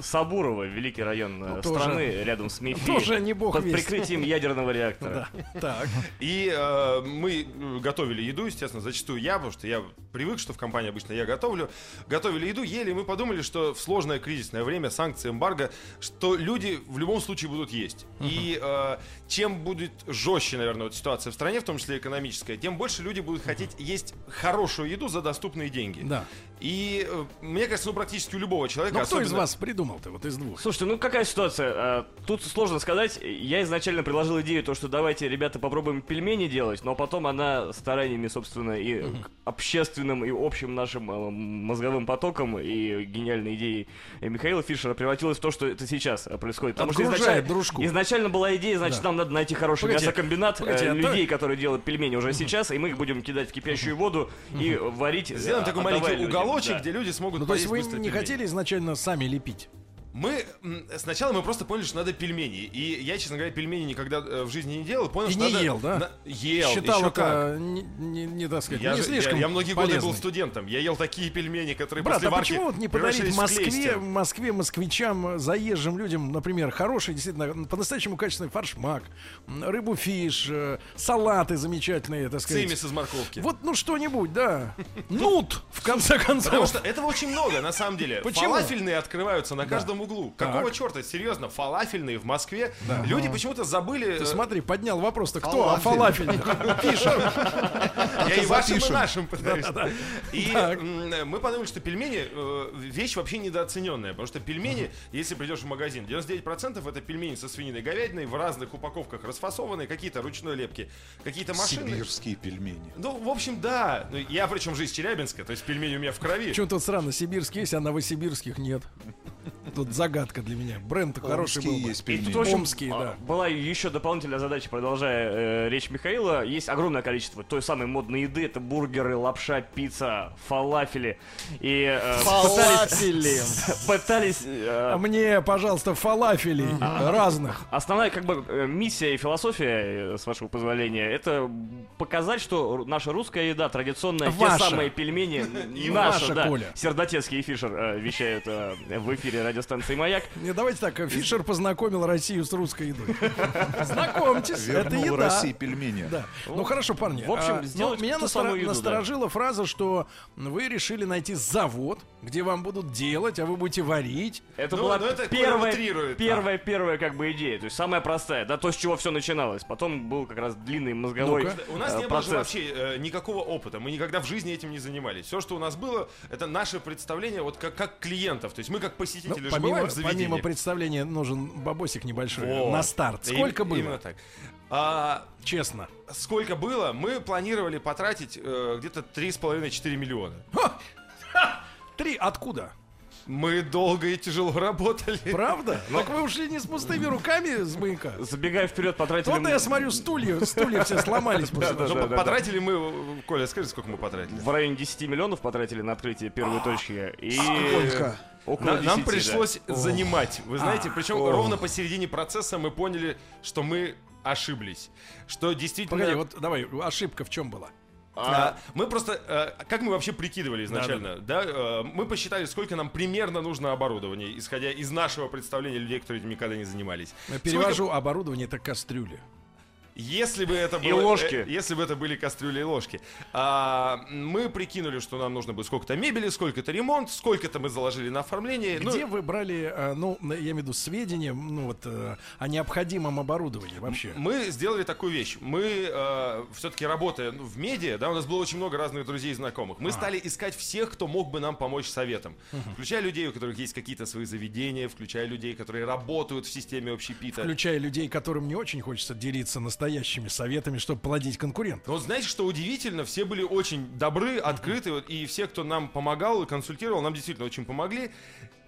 [SPEAKER 5] Сабурово, великий район э,
[SPEAKER 2] Ну, тоже-
[SPEAKER 5] страны, рядом с Мифи.
[SPEAKER 2] тоже не бог
[SPEAKER 5] Под
[SPEAKER 2] весть.
[SPEAKER 5] прикрытием ядерного реактора.
[SPEAKER 2] Да. Так.
[SPEAKER 4] И э, мы э, готовили еду, естественно, зачастую я, потому что я привык, что в компании обычно я готовлю. Готовили еду, ели, и мы подумали, что в сложное кризисное время, санкции, эмбарго, что люди в любом случае будут есть. И э, чем будет жестче, наверное, вот ситуация в стране, в том числе экономическая, тем больше люди будут хотеть есть хорошую еду за доступные деньги.
[SPEAKER 2] Да.
[SPEAKER 4] И э, мне кажется, ну практически у любого человека.
[SPEAKER 2] Ну, кто из
[SPEAKER 4] особенно-
[SPEAKER 2] вас придумал-то, вот из двух?
[SPEAKER 5] Слушайте, ну какая ситуация? А, Тут сложно сказать. Я изначально предложил идею то, что давайте, ребята, попробуем пельмени делать, но потом она стараниями, собственно, и к общественным, и общим нашим э, мозговым потоком и гениальной идеей Михаила Фишера превратилась в то, что это сейчас э, происходит. Потому что
[SPEAKER 2] Отгружает
[SPEAKER 5] изначально,
[SPEAKER 2] дружку.
[SPEAKER 5] изначально была идея, значит, нам надо найти хороший
[SPEAKER 2] Погоди,
[SPEAKER 5] мясокомбинат э,
[SPEAKER 2] погоди, а
[SPEAKER 5] людей, которые делают пельмени уже сейчас, и мы их будем кидать в кипящую воду и варить. э,
[SPEAKER 4] Сделаем такой
[SPEAKER 5] отдавая
[SPEAKER 4] маленький
[SPEAKER 5] людям.
[SPEAKER 4] уголочек,
[SPEAKER 5] Да.
[SPEAKER 4] где люди смогут
[SPEAKER 2] Ну, то есть
[SPEAKER 4] поесть
[SPEAKER 2] вы
[SPEAKER 4] быстро
[SPEAKER 2] не
[SPEAKER 4] пельмени.
[SPEAKER 2] хотели изначально сами лепить?
[SPEAKER 4] Мы м, сначала мы просто поняли, что надо пельмени. И я, честно говоря, пельмени никогда э, в жизни не делал. И понял,
[SPEAKER 2] И
[SPEAKER 4] что
[SPEAKER 2] не
[SPEAKER 4] надо-
[SPEAKER 2] ел, да?
[SPEAKER 4] на- Ел,
[SPEAKER 2] считал
[SPEAKER 4] еще
[SPEAKER 2] это
[SPEAKER 4] как.
[SPEAKER 2] Не, не, не, так сказать,
[SPEAKER 4] Я,
[SPEAKER 2] не
[SPEAKER 4] же- я-
[SPEAKER 2] слишком
[SPEAKER 4] я многие годы
[SPEAKER 2] полезным.
[SPEAKER 4] был студентом. Я ел такие пельмени, которые
[SPEAKER 2] Брат,
[SPEAKER 4] после
[SPEAKER 2] а
[SPEAKER 4] варки
[SPEAKER 2] почему вот не подарить
[SPEAKER 4] превращались в
[SPEAKER 2] Москве,
[SPEAKER 4] клейстер.
[SPEAKER 2] Москве, москвичам, э, заезжим людям, например, хороший, действительно, по-настоящему качественный фаршмак, м, рыбу фиш, э, салаты замечательные, так сказать.
[SPEAKER 4] Цимис из морковки.
[SPEAKER 2] Вот, ну, что-нибудь, да. Нут, в конце
[SPEAKER 4] Потому э,
[SPEAKER 2] концов.
[SPEAKER 4] что этого очень много, на самом деле.
[SPEAKER 2] Почему?
[SPEAKER 4] Фалафельные открываются на каждом каждом углу. Какого черта? Серьезно, фалафельные в Москве. Люди почему-то забыли.
[SPEAKER 2] Ты
[SPEAKER 4] э,
[SPEAKER 2] смотри, поднял вопрос-то кто? А
[SPEAKER 6] Фалафель.
[SPEAKER 2] фалафель. А
[SPEAKER 4] Я и
[SPEAKER 6] ты
[SPEAKER 4] вашим, и
[SPEAKER 6] запишем.
[SPEAKER 4] нашим пытаюсь. И м, мы подумали, что пельмени э, вещь вообще недооцененная. Потому что пельмени, если придешь в магазин, 99% это пельмени со свининой и говядиной в разных упаковках расфасованные, какие-то ручной лепки, какие-то машины.
[SPEAKER 6] Сибирские пельмени.
[SPEAKER 4] Ну, в общем, да. Ну, Я причем же из Челябинска, то есть пельмени у меня в крови.
[SPEAKER 2] Почему тут странно, сибирский есть, а новосибирских нет? Тут загадка для меня. Бренд хороший был
[SPEAKER 6] Омские
[SPEAKER 2] бы.
[SPEAKER 6] есть
[SPEAKER 5] И тут,
[SPEAKER 6] пельмени.
[SPEAKER 5] в общем,
[SPEAKER 2] Омские,
[SPEAKER 5] а,
[SPEAKER 2] да.
[SPEAKER 5] была еще дополнительная задача, продолжая э, речь Михаила. Есть огромное количество той самой модной еды. Это бургеры, лапша, пицца, фалафели. И э,
[SPEAKER 3] Фалафели.
[SPEAKER 5] пытались, пытались, э,
[SPEAKER 2] А Мне, пожалуйста, фалафелей разных.
[SPEAKER 5] Основная как бы э, миссия и философия, э, с вашего позволения, это показать, что ру- наша русская еда, традиционная,
[SPEAKER 2] Ваша.
[SPEAKER 5] те самые пельмени,
[SPEAKER 2] И ваша,
[SPEAKER 5] наша, да.
[SPEAKER 2] Коля.
[SPEAKER 5] Сердотецкий и Фишер э, вещают э, в эфире радиостанции «Маяк».
[SPEAKER 2] Не, давайте так, Фишер познакомил Россию с русской едой. Знакомьтесь, это
[SPEAKER 6] Вернул
[SPEAKER 2] еда.
[SPEAKER 6] России пельмени.
[SPEAKER 2] Да. Ну хорошо, парни.
[SPEAKER 5] в общем,
[SPEAKER 2] а,
[SPEAKER 5] сделать
[SPEAKER 2] ну, меня
[SPEAKER 5] ту
[SPEAKER 2] настра-
[SPEAKER 5] самую еду, да.
[SPEAKER 2] насторожила фраза, что вы решили найти завод, где вам будут делать, а вы будете варить.
[SPEAKER 5] Это
[SPEAKER 4] Ну,
[SPEAKER 5] была
[SPEAKER 4] ну, это Коля
[SPEAKER 5] первая,
[SPEAKER 4] утрирует, да.
[SPEAKER 5] первая, первая как бы идея, то есть самая простая, да, то, с чего все начиналось. Потом был как раз длинный мозговой
[SPEAKER 2] Ну-ка.
[SPEAKER 4] У нас
[SPEAKER 5] э,
[SPEAKER 4] не было же
[SPEAKER 5] процесс.
[SPEAKER 4] вообще э, никакого опыта. Мы никогда в жизни этим не занимались. Все, что у нас было, это наше представление вот как, как клиентов. То есть мы как
[SPEAKER 2] Ну,
[SPEAKER 4] посетители же
[SPEAKER 2] помимо,
[SPEAKER 4] бываем в заведении.
[SPEAKER 2] помимо представления нужен бабосик небольшой
[SPEAKER 4] Вот.
[SPEAKER 2] на старт.
[SPEAKER 4] Им-
[SPEAKER 2] Сколько было?
[SPEAKER 4] Именно так. А,
[SPEAKER 2] Честно.
[SPEAKER 4] сколько было, мы планировали потратить э, где-то 3,5-4 миллиона.
[SPEAKER 2] Три. Откуда?
[SPEAKER 4] Мы долго и тяжело работали.
[SPEAKER 2] Правда?
[SPEAKER 4] э,
[SPEAKER 2] Так вы ушли не с пустыми руками с маяка?
[SPEAKER 5] Забегая вперед, потратили...
[SPEAKER 2] Вот я смотрю, стулья, стулья все сломались. после
[SPEAKER 5] Да-да.
[SPEAKER 4] Ну,
[SPEAKER 2] того.
[SPEAKER 4] по- потратили мы... э, Коля, скажи, сколько мы потратили?
[SPEAKER 5] В районе 10 миллионов потратили на открытие первой точки. И...
[SPEAKER 6] Сколько?
[SPEAKER 5] Около
[SPEAKER 4] На- А, нам
[SPEAKER 5] 10, да.
[SPEAKER 4] пришлось занимать. Вы знаете, причем ровно посередине процесса мы поняли, что мы ошиблись. Что действительно...
[SPEAKER 2] Погоди, вот давай, ошибка в чем была?
[SPEAKER 4] А, мы просто, э, как мы вообще прикидывали изначально, да, э, мы посчитали, сколько нам примерно нужно оборудования, исходя из нашего представления людей, которые этим никогда не занимались.
[SPEAKER 2] Я перевожу оборудование, это кастрюли.
[SPEAKER 4] Сколько- если бы это
[SPEAKER 5] И
[SPEAKER 4] было-
[SPEAKER 5] ложки.
[SPEAKER 4] э, если бы это были кастрюли и ложки, А, мы прикинули, что нам нужно будет сколько-то мебели, сколько-то ремонт, сколько-то мы заложили на оформление. Ну,
[SPEAKER 2] Где вы брали, э, ну, на- я имею в виду сведения, ну вот, э, о необходимом оборудовании вообще?
[SPEAKER 4] Мы сделали такую вещь. Мы все-таки работая ну, в медиа, да, у нас было очень много разных друзей и знакомых. Мы стали искать всех, кто мог бы нам помочь советом. Включая людей, у которых есть какие-то свои заведения, включая людей, которые работают в системе общепита.
[SPEAKER 2] Включая людей, которым не очень хочется делиться настоящими советами, чтобы плодить конкурентов.
[SPEAKER 4] Но вот знаете, что удивительно, все были очень добры, открыты, вот, и все, кто нам помогал и консультировал, нам действительно очень помогли.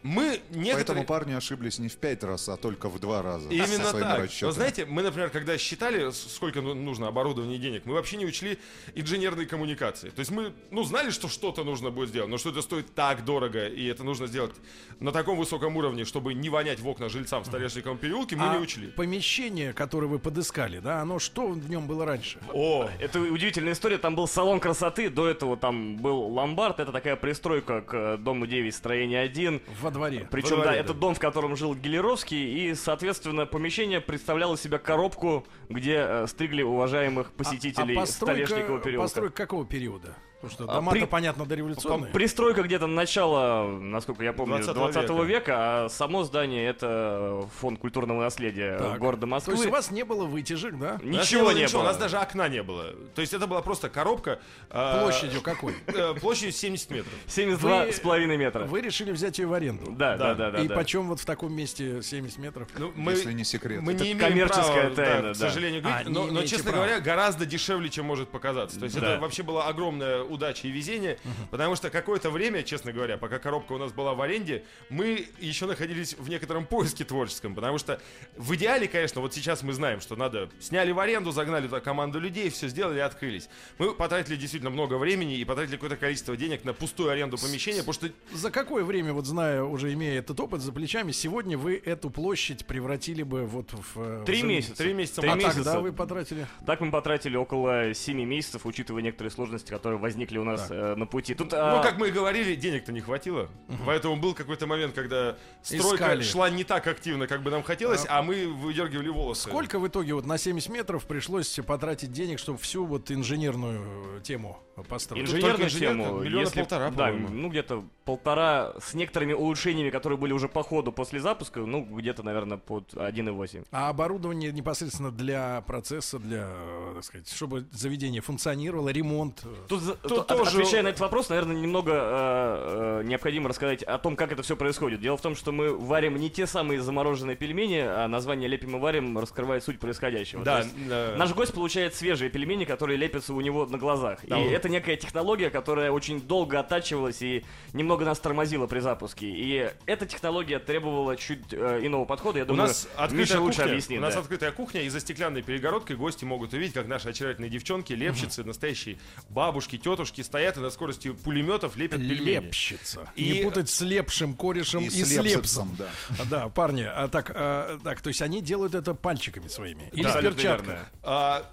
[SPEAKER 4] Мы
[SPEAKER 6] Поэтому
[SPEAKER 4] некоторые...
[SPEAKER 6] парни ошиблись не в пять раз, а только в два раза. со
[SPEAKER 4] Именно
[SPEAKER 6] своими
[SPEAKER 4] так. Но
[SPEAKER 6] расчетами.
[SPEAKER 4] знаете, мы, например, когда считали, с- сколько ну- нужно оборудования и денег, мы вообще не учли инженерные коммуникации. То есть мы, ну, знали, что что-то нужно будет сделать, но что это стоит так дорого, и это нужно сделать на таком высоком уровне, чтобы не вонять в окна жильцам в Столешниковом переулке, мы
[SPEAKER 2] А
[SPEAKER 4] не учли.
[SPEAKER 2] помещение, которое вы подыскали, да, оно что в нем было раньше?
[SPEAKER 4] О,
[SPEAKER 5] Это удивительная история. Там был салон красоты, до этого там был ломбард. Это такая пристройка к э, дому 9, строение 1.
[SPEAKER 2] Во дворе.
[SPEAKER 5] Причем,
[SPEAKER 4] Во
[SPEAKER 5] да,
[SPEAKER 4] дворе,
[SPEAKER 5] это
[SPEAKER 4] да.
[SPEAKER 5] дом, в котором жил Гелеровский, и, соответственно, помещение представляло из себя коробку, где э, стригли уважаемых посетителей
[SPEAKER 2] а
[SPEAKER 5] Столешникового
[SPEAKER 2] постройка,
[SPEAKER 5] переулка. А,
[SPEAKER 2] постройка какого периода? Потому что дома-то,
[SPEAKER 5] при-
[SPEAKER 2] понятно, дореволюционные.
[SPEAKER 5] Пристройка где-то начала, насколько я помню,
[SPEAKER 4] 20
[SPEAKER 5] 20,
[SPEAKER 4] века.
[SPEAKER 5] века. а само здание это фонд культурного наследия
[SPEAKER 2] Так.
[SPEAKER 5] города
[SPEAKER 2] То
[SPEAKER 5] Москвы.
[SPEAKER 2] есть у вас не было вытяжек, да?
[SPEAKER 4] у нас
[SPEAKER 5] Ничего не
[SPEAKER 4] ничего,
[SPEAKER 5] было.
[SPEAKER 4] У нас даже окна не было. То есть это была просто коробка. э,
[SPEAKER 2] Площадью какой?
[SPEAKER 4] э, Площадью 70 метров.
[SPEAKER 5] 72,5
[SPEAKER 2] Вы-
[SPEAKER 5] с половиной метра.
[SPEAKER 2] Вы решили взять ее в аренду.
[SPEAKER 5] Да, да,
[SPEAKER 4] Да.
[SPEAKER 5] да, да.
[SPEAKER 2] И
[SPEAKER 5] да.
[SPEAKER 2] почем вот в таком месте 70 метров?
[SPEAKER 4] Ну, мы-
[SPEAKER 6] Если не секрет.
[SPEAKER 4] Мы
[SPEAKER 6] Это
[SPEAKER 4] не имеем
[SPEAKER 5] коммерческая
[SPEAKER 4] права, да,
[SPEAKER 5] тайна,
[SPEAKER 4] к
[SPEAKER 5] да.
[SPEAKER 4] сожалению, говорить,
[SPEAKER 2] А, не
[SPEAKER 4] но, но,
[SPEAKER 2] имеете
[SPEAKER 4] честно
[SPEAKER 2] права.
[SPEAKER 4] говоря, гораздо дешевле, чем может показаться. То есть
[SPEAKER 5] Да.
[SPEAKER 4] это вообще была огромная удача и везение, потому что какое-то время, честно говоря, пока коробка у нас была в аренде, мы еще находились в некотором поиске творческом, потому что в идеале, конечно, вот сейчас мы знаем, что надо сняли в аренду, загнали туда команду людей, все сделали, открылись. Мы потратили действительно много времени и потратили какое-то количество денег на пустую аренду помещения, потому что
[SPEAKER 2] За какое время, вот зная, уже имея этот опыт за плечами, сегодня вы эту площадь превратили бы вот в... э,
[SPEAKER 5] Три
[SPEAKER 2] в-
[SPEAKER 5] месяца.
[SPEAKER 4] три месяца
[SPEAKER 5] Три
[SPEAKER 2] А
[SPEAKER 4] мы-
[SPEAKER 5] месяца.
[SPEAKER 2] тогда вы потратили...
[SPEAKER 5] Так мы потратили около 7 месяцев, учитывая некоторые сложности, которые возникли у нас э, на пути. Тут, а,
[SPEAKER 4] Ну, как мы и говорили, денег-то не хватило. Поэтому был какой-то момент, когда стройка
[SPEAKER 2] Искали.
[SPEAKER 4] шла не так активно, как бы нам хотелось, а мы выдергивали волосы.
[SPEAKER 2] Сколько в итоге вот на 70 метров пришлось потратить денег, чтобы всю вот инженерную э, тему построить?
[SPEAKER 4] Инж-
[SPEAKER 5] Инженерную
[SPEAKER 4] только инженерка,
[SPEAKER 5] тему.
[SPEAKER 4] миллиона
[SPEAKER 5] если-
[SPEAKER 4] полтора,
[SPEAKER 5] да,
[SPEAKER 4] по-моему.
[SPEAKER 5] ну где-то полтора с некоторыми улучшениями, которые были уже по ходу после запуска, ну где-то, наверное, под 1,8.
[SPEAKER 2] А оборудование непосредственно для процесса, для, э, так сказать, чтобы заведение функционировало, ремонт. э,
[SPEAKER 5] Тут, за-
[SPEAKER 4] Тут
[SPEAKER 5] от-
[SPEAKER 4] тоже-
[SPEAKER 5] отвечая на этот вопрос, наверное, немного э, э, необходимо рассказать о том, как это все происходит. Дело в том, что мы варим не те самые замороженные пельмени, а название «Лепим и варим» раскрывает суть происходящего.
[SPEAKER 4] Да,
[SPEAKER 5] То есть
[SPEAKER 4] э,
[SPEAKER 5] Наш гость получает свежие пельмени, которые лепятся у него на глазах.
[SPEAKER 4] Да,
[SPEAKER 5] и
[SPEAKER 4] он-
[SPEAKER 5] это некая технология, которая очень долго оттачивалась и немного нас тормозила при запуске. И эта технология требовала чуть э, иного подхода. Я
[SPEAKER 4] У
[SPEAKER 5] думаю,
[SPEAKER 4] нас открытая
[SPEAKER 5] Миша
[SPEAKER 4] кухня.
[SPEAKER 5] лучше объяснит.
[SPEAKER 4] У нас
[SPEAKER 5] да.
[SPEAKER 4] открытая кухня, и за стеклянной перегородкой гости могут увидеть, как наши очаровательные девчонки, лепщицы, настоящие бабушки, тетушки стоят и на скорости пулеметов лепят пельмени.
[SPEAKER 2] Лепщица.
[SPEAKER 4] И-
[SPEAKER 2] Не путать с лепшим корешем и,
[SPEAKER 6] с
[SPEAKER 2] с лепсом.
[SPEAKER 6] лепсом, да.
[SPEAKER 2] Да, парни, а так, а, так, то есть они делают это пальчиками своими. Или в
[SPEAKER 5] абсолютно
[SPEAKER 2] перчатках.
[SPEAKER 5] верно.
[SPEAKER 4] А,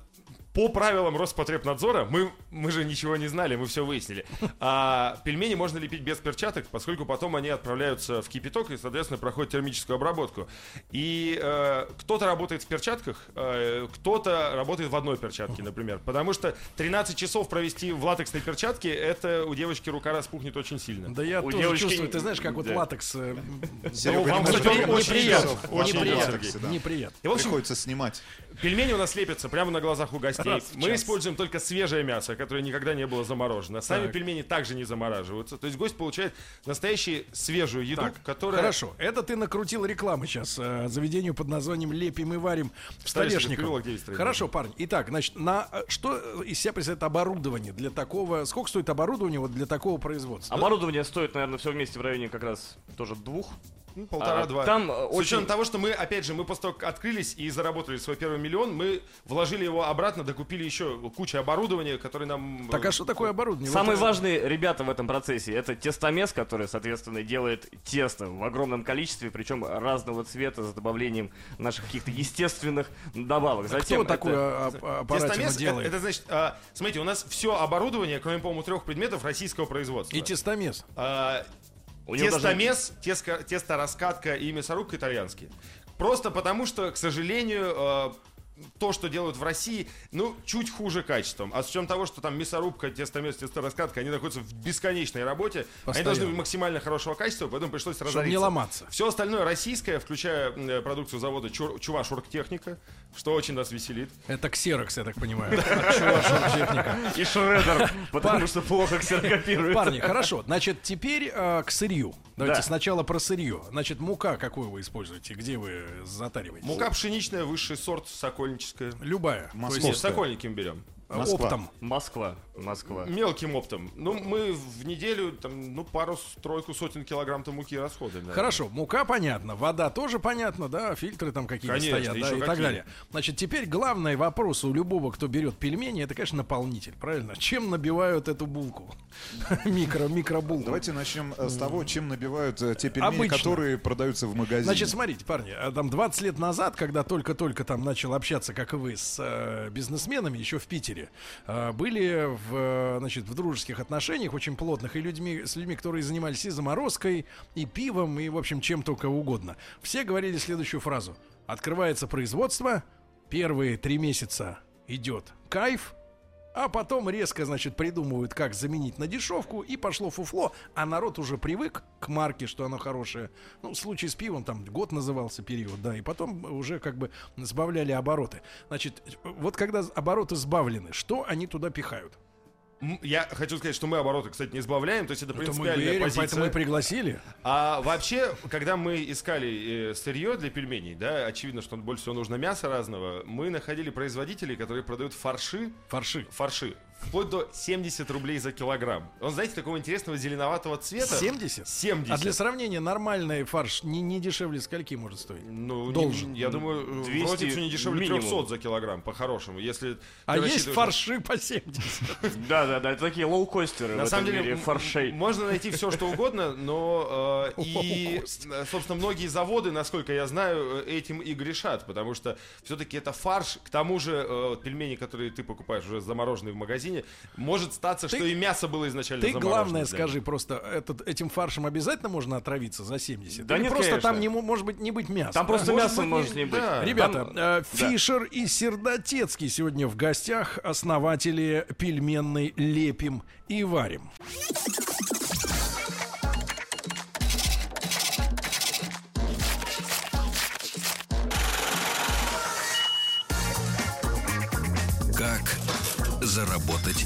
[SPEAKER 4] по правилам Роспотребнадзора, мы, мы же ничего не знали, мы все выяснили. А, пельмени можно лепить без перчаток, поскольку потом они отправляются в кипяток и, соответственно, проходят термическую обработку. И э, кто-то работает в перчатках, э, кто-то работает в одной перчатке, например. Потому что 13 часов провести в латексной перчатке, это у девочки рука распухнет очень сильно.
[SPEAKER 2] Да я
[SPEAKER 5] У
[SPEAKER 2] тоже
[SPEAKER 5] девочки-
[SPEAKER 2] чувствую, ты знаешь, как вот
[SPEAKER 5] Да.
[SPEAKER 2] латекс э,
[SPEAKER 6] Серега,
[SPEAKER 4] вам,
[SPEAKER 6] не
[SPEAKER 4] кстати,
[SPEAKER 6] может,
[SPEAKER 4] очень приятно.
[SPEAKER 6] часов.
[SPEAKER 4] Очень
[SPEAKER 6] Ладно,
[SPEAKER 4] приятно,
[SPEAKER 6] ладно,
[SPEAKER 4] Сергей.
[SPEAKER 6] да.
[SPEAKER 2] неприятно.
[SPEAKER 4] И, в общем,
[SPEAKER 6] Приходится снимать.
[SPEAKER 4] Пельмени у нас лепятся прямо на глазах у гостей.
[SPEAKER 5] Раз в
[SPEAKER 4] Мы
[SPEAKER 5] час.
[SPEAKER 4] используем только свежее мясо, которое никогда не было заморожено. Сами
[SPEAKER 2] Так.
[SPEAKER 4] пельмени также не замораживаются. То есть гость получает настоящую свежую еду, которая...
[SPEAKER 2] Хорошо, это ты накрутил рекламы сейчас э, заведению под названием «Лепим и варим» в
[SPEAKER 4] Столешников,
[SPEAKER 2] Столешниково.
[SPEAKER 4] переулок 9 строения.
[SPEAKER 2] Хорошо, парни. Итак, значит, на э, что из себя представляет оборудование для такого... Сколько стоит оборудование вот для такого производства?
[SPEAKER 5] Оборудование стоит, наверное, все вместе в районе как раз тоже двух.
[SPEAKER 4] Ну, Полтора-два.
[SPEAKER 5] А, там, э,
[SPEAKER 4] С
[SPEAKER 5] очень-
[SPEAKER 4] учетом того, что мы, опять же, мы после того, как открылись и заработали свой первый миллион, мы вложили его обратно, докупили еще кучу оборудования, которое нам... э,
[SPEAKER 2] Так а что такое оборудование?
[SPEAKER 5] Самые
[SPEAKER 2] Вот, э,
[SPEAKER 5] важные ребята в этом процессе это тестомес, который, соответственно, делает тесто в огромном количестве, причем разного цвета с добавлением наших каких-то естественных добавок.
[SPEAKER 2] Кто
[SPEAKER 5] это-
[SPEAKER 2] такое а, а, аппаратину
[SPEAKER 4] Тестомес, это,
[SPEAKER 2] делает?
[SPEAKER 4] это значит, а, смотрите, у нас все оборудование, кроме, по-моему, трех предметов российского производства.
[SPEAKER 2] И тестомес.
[SPEAKER 4] А,
[SPEAKER 5] У него даже-
[SPEAKER 4] Тестомес, теско- тестораскатка и мясорубка итальянские. Просто потому, что, к сожалению, э, то, что делают в России, ну, чуть хуже качеством. А с учетом того, что там мясорубка, тестомес, тестораскатка, они находятся в бесконечной работе, они
[SPEAKER 2] Постоянно.
[SPEAKER 4] должны быть максимально хорошего качества, поэтому пришлось разориться.
[SPEAKER 2] не ломаться.
[SPEAKER 4] Все остальное российское, включая м, э, продукцию завода Чур- Чуваш Оргтехника, что очень нас веселит.
[SPEAKER 2] Это ксерокс, я так понимаю. Чувашева техника.
[SPEAKER 5] И шредер, потому что плохо ксерокопирует.
[SPEAKER 2] Парни, хорошо. Значит, теперь э, к сырью. Давайте
[SPEAKER 5] Да.
[SPEAKER 2] сначала про сырье. Значит, мука какую вы используете? Где вы затариваете?
[SPEAKER 4] Мука пшеничная, высший сорт, сокольническая.
[SPEAKER 2] Любая. То есть,
[SPEAKER 4] Нет, сокольники мы берем.
[SPEAKER 2] э,
[SPEAKER 6] Москва.
[SPEAKER 2] Оптом.
[SPEAKER 5] Москва, Москва.
[SPEAKER 4] Мелким оптом. Ну, мы в неделю, там, ну, пару-тройку сотен килограмм то муки расходуем. наверное.
[SPEAKER 2] Хорошо, мука понятно, вода тоже понятно, да, фильтры там какие-то
[SPEAKER 4] Конечно,
[SPEAKER 2] стоят, да, и
[SPEAKER 4] еще
[SPEAKER 2] так
[SPEAKER 4] какие.
[SPEAKER 2] далее. Значит, теперь главный вопрос у любого, кто берет пельмени, это, конечно, наполнитель, правильно? Чем набивают эту булку? Микро, микробулку.
[SPEAKER 6] Давайте начнем э, с того, чем набивают э, те пельмени,
[SPEAKER 2] Обычно.
[SPEAKER 6] которые продаются в магазине.
[SPEAKER 2] Значит, смотрите, парни, а там 20 лет назад, когда только-только там начал общаться, как и вы, с э, бизнесменами, еще в Питере, э, были в, э, значит, в дружеских отношениях очень плотных и людьми, с людьми, которые занимались и заморозкой, и пивом, и, в общем, чем только угодно. Все говорили следующую фразу. Открывается производство, первые три месяца идет кайф, а потом резко, значит, придумывают, как заменить на дешевку, и пошло фуфло, а народ уже привык к марке, что оно хорошее. Ну, случай с пивом, там год назывался период, да, и потом уже как бы сбавляли обороты. Значит, вот когда обороты сбавлены, что они туда пихают?
[SPEAKER 4] М, Я хочу сказать, что мы обороты, кстати, не сбавляем, то есть это
[SPEAKER 2] Это мы
[SPEAKER 4] принципиальная
[SPEAKER 2] верим,
[SPEAKER 4] позиция.
[SPEAKER 2] поэтому и пригласили.
[SPEAKER 4] А вообще, когда мы искали э, сырье для пельменей, да, очевидно, что больше всего нужно мяса разного, мы находили производителей, которые продают фарши,
[SPEAKER 2] Фарши.
[SPEAKER 4] фарши, вплоть до 70 рублей за килограмм. Он, знаете, такого интересного зеленоватого цвета.
[SPEAKER 2] 70?
[SPEAKER 4] 70.
[SPEAKER 2] А для сравнения, нормальный фарш не, не дешевле скольки может стоить?
[SPEAKER 4] Ну, не-
[SPEAKER 2] Должен.
[SPEAKER 4] я думаю,
[SPEAKER 5] 200
[SPEAKER 4] вроде все не дешевле
[SPEAKER 5] минимум.
[SPEAKER 4] 300 за килограмм, по-хорошему. Если
[SPEAKER 2] А
[SPEAKER 4] ты
[SPEAKER 2] есть
[SPEAKER 4] рассчитываешь-
[SPEAKER 2] фарши по 70.
[SPEAKER 5] Да, да, да, это такие лоукостеры.
[SPEAKER 4] На
[SPEAKER 5] в
[SPEAKER 4] самом
[SPEAKER 5] этом
[SPEAKER 4] деле,
[SPEAKER 5] мире
[SPEAKER 4] м-
[SPEAKER 5] фаршей.
[SPEAKER 4] можно найти все, что угодно, но э, и, э, собственно, многие заводы, насколько я знаю, э, этим и грешат, потому что все-таки это фарш. К тому же, э, вот пельмени, которые ты покупаешь уже замороженные в магазине. Может статься, что и мясо было изначально
[SPEAKER 2] Ты
[SPEAKER 4] заморожено
[SPEAKER 2] главное
[SPEAKER 4] для
[SPEAKER 2] скажи просто, этот, этим фаршем обязательно можно отравиться за 70?
[SPEAKER 5] Да
[SPEAKER 2] Или
[SPEAKER 5] нет,
[SPEAKER 2] просто
[SPEAKER 5] конечно.
[SPEAKER 2] там не, мо- может быть не быть мяса?
[SPEAKER 5] Там просто
[SPEAKER 4] Может
[SPEAKER 5] мяса
[SPEAKER 4] быть,
[SPEAKER 5] может
[SPEAKER 4] не-
[SPEAKER 5] не быть.
[SPEAKER 4] да.
[SPEAKER 2] Ребята,
[SPEAKER 5] Там-
[SPEAKER 2] э, Фишер и Сердотецкий сегодня в гостях, основатели пельменной «Лепим и варим».
[SPEAKER 1] Как заработать?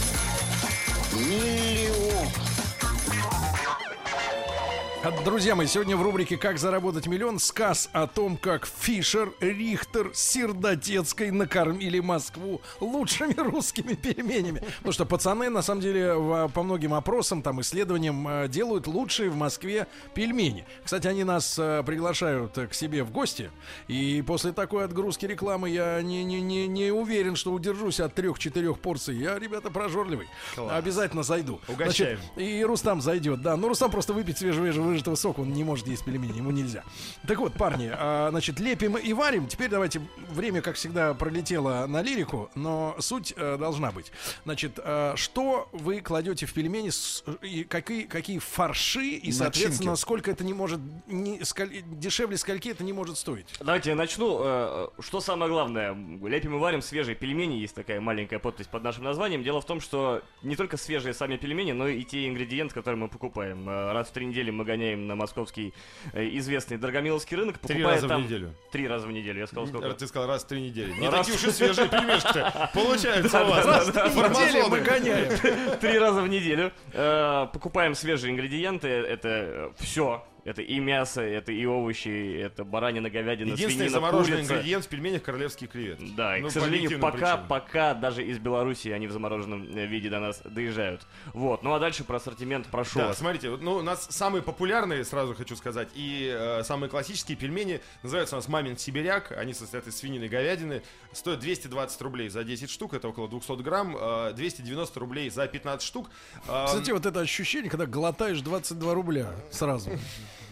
[SPEAKER 2] А, Друзья мои, сегодня в рубрике «Как заработать миллион» сказ о том, как Фишер, Рихтер, Сердотецкой накормили Москву лучшими русскими пельменями. Потому что пацаны, на самом деле, в- по многим опросам, там, исследованиям э, делают лучшие в Москве пельмени. Кстати, они нас э, приглашают э, к себе в гости. И после такой отгрузки рекламы я не, не, не, не уверен, что удержусь от трех-четырех порций. Я, ребята, прожорливый. Обязательно зайду.
[SPEAKER 4] Угощаем.
[SPEAKER 2] Значит, и Рустам зайдет, да. Ну, Рустам просто выпить свежевыжатого сока, он не может есть пельмени, ему нельзя. Так вот, парни, а, значит, лепим и варим. Теперь давайте, время, как всегда, пролетело на лирику, но суть э, должна быть. Значит, э, что вы кладете в пельмени, с- и какие, какие фарши, и, соответственно, сколько это не может, не, сколь- дешевле скольки это не может стоить?
[SPEAKER 5] Давайте я начну. Э, Что самое главное? Лепим и варим свежие пельмени. Есть такая маленькая подпись под нашим названием. Дело в том, что не только свежие сами пельмени, но и те ингредиенты, которые мы покупаем. Э, Раз в три недели мы гоняем на московский э, известный Драгомиловский рынок.
[SPEAKER 4] Три
[SPEAKER 5] покупая
[SPEAKER 4] раза в
[SPEAKER 5] там-
[SPEAKER 4] неделю.
[SPEAKER 5] Три раза в неделю, я сказал сколько.
[SPEAKER 4] Р- Ты сказал раз в три недели. Не
[SPEAKER 5] Раз.
[SPEAKER 4] такие уж и свежие пельмешки-то. Получается у вас.
[SPEAKER 5] Да-да-да.
[SPEAKER 4] Фармазоны.
[SPEAKER 2] мы гоняем.
[SPEAKER 5] Три раза в неделю. Э, Покупаем свежие ингредиенты. Это все. Это и мясо, это и овощи, это баранина, говядина,
[SPEAKER 4] Единственный
[SPEAKER 5] свинина,
[SPEAKER 4] замороженный
[SPEAKER 5] курица.
[SPEAKER 4] ингредиент в пельменях королевские креветки.
[SPEAKER 5] Да, и,
[SPEAKER 4] Ну,
[SPEAKER 5] к
[SPEAKER 4] по
[SPEAKER 5] сожалению,
[SPEAKER 4] объективным
[SPEAKER 5] пока,
[SPEAKER 4] причинам.
[SPEAKER 5] пока даже из Белоруссии они в замороженном э, виде до нас доезжают. Вот, ну а дальше про ассортимент прошу
[SPEAKER 4] Да,
[SPEAKER 5] вас.
[SPEAKER 4] смотрите, вот, ну, у нас самые популярные, сразу хочу сказать, и э, самые классические пельмени называются у нас «Мамин сибиряк», они состоят из свинины и говядины, стоят 220 рублей за 10 штук, это около 200 грамм, э, 290 рублей за 15 штук. Э,
[SPEAKER 2] Кстати, вот это ощущение, когда глотаешь 22 рубля сразу.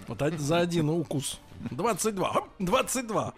[SPEAKER 2] Вот од- за один укус. 22. хоп, 22.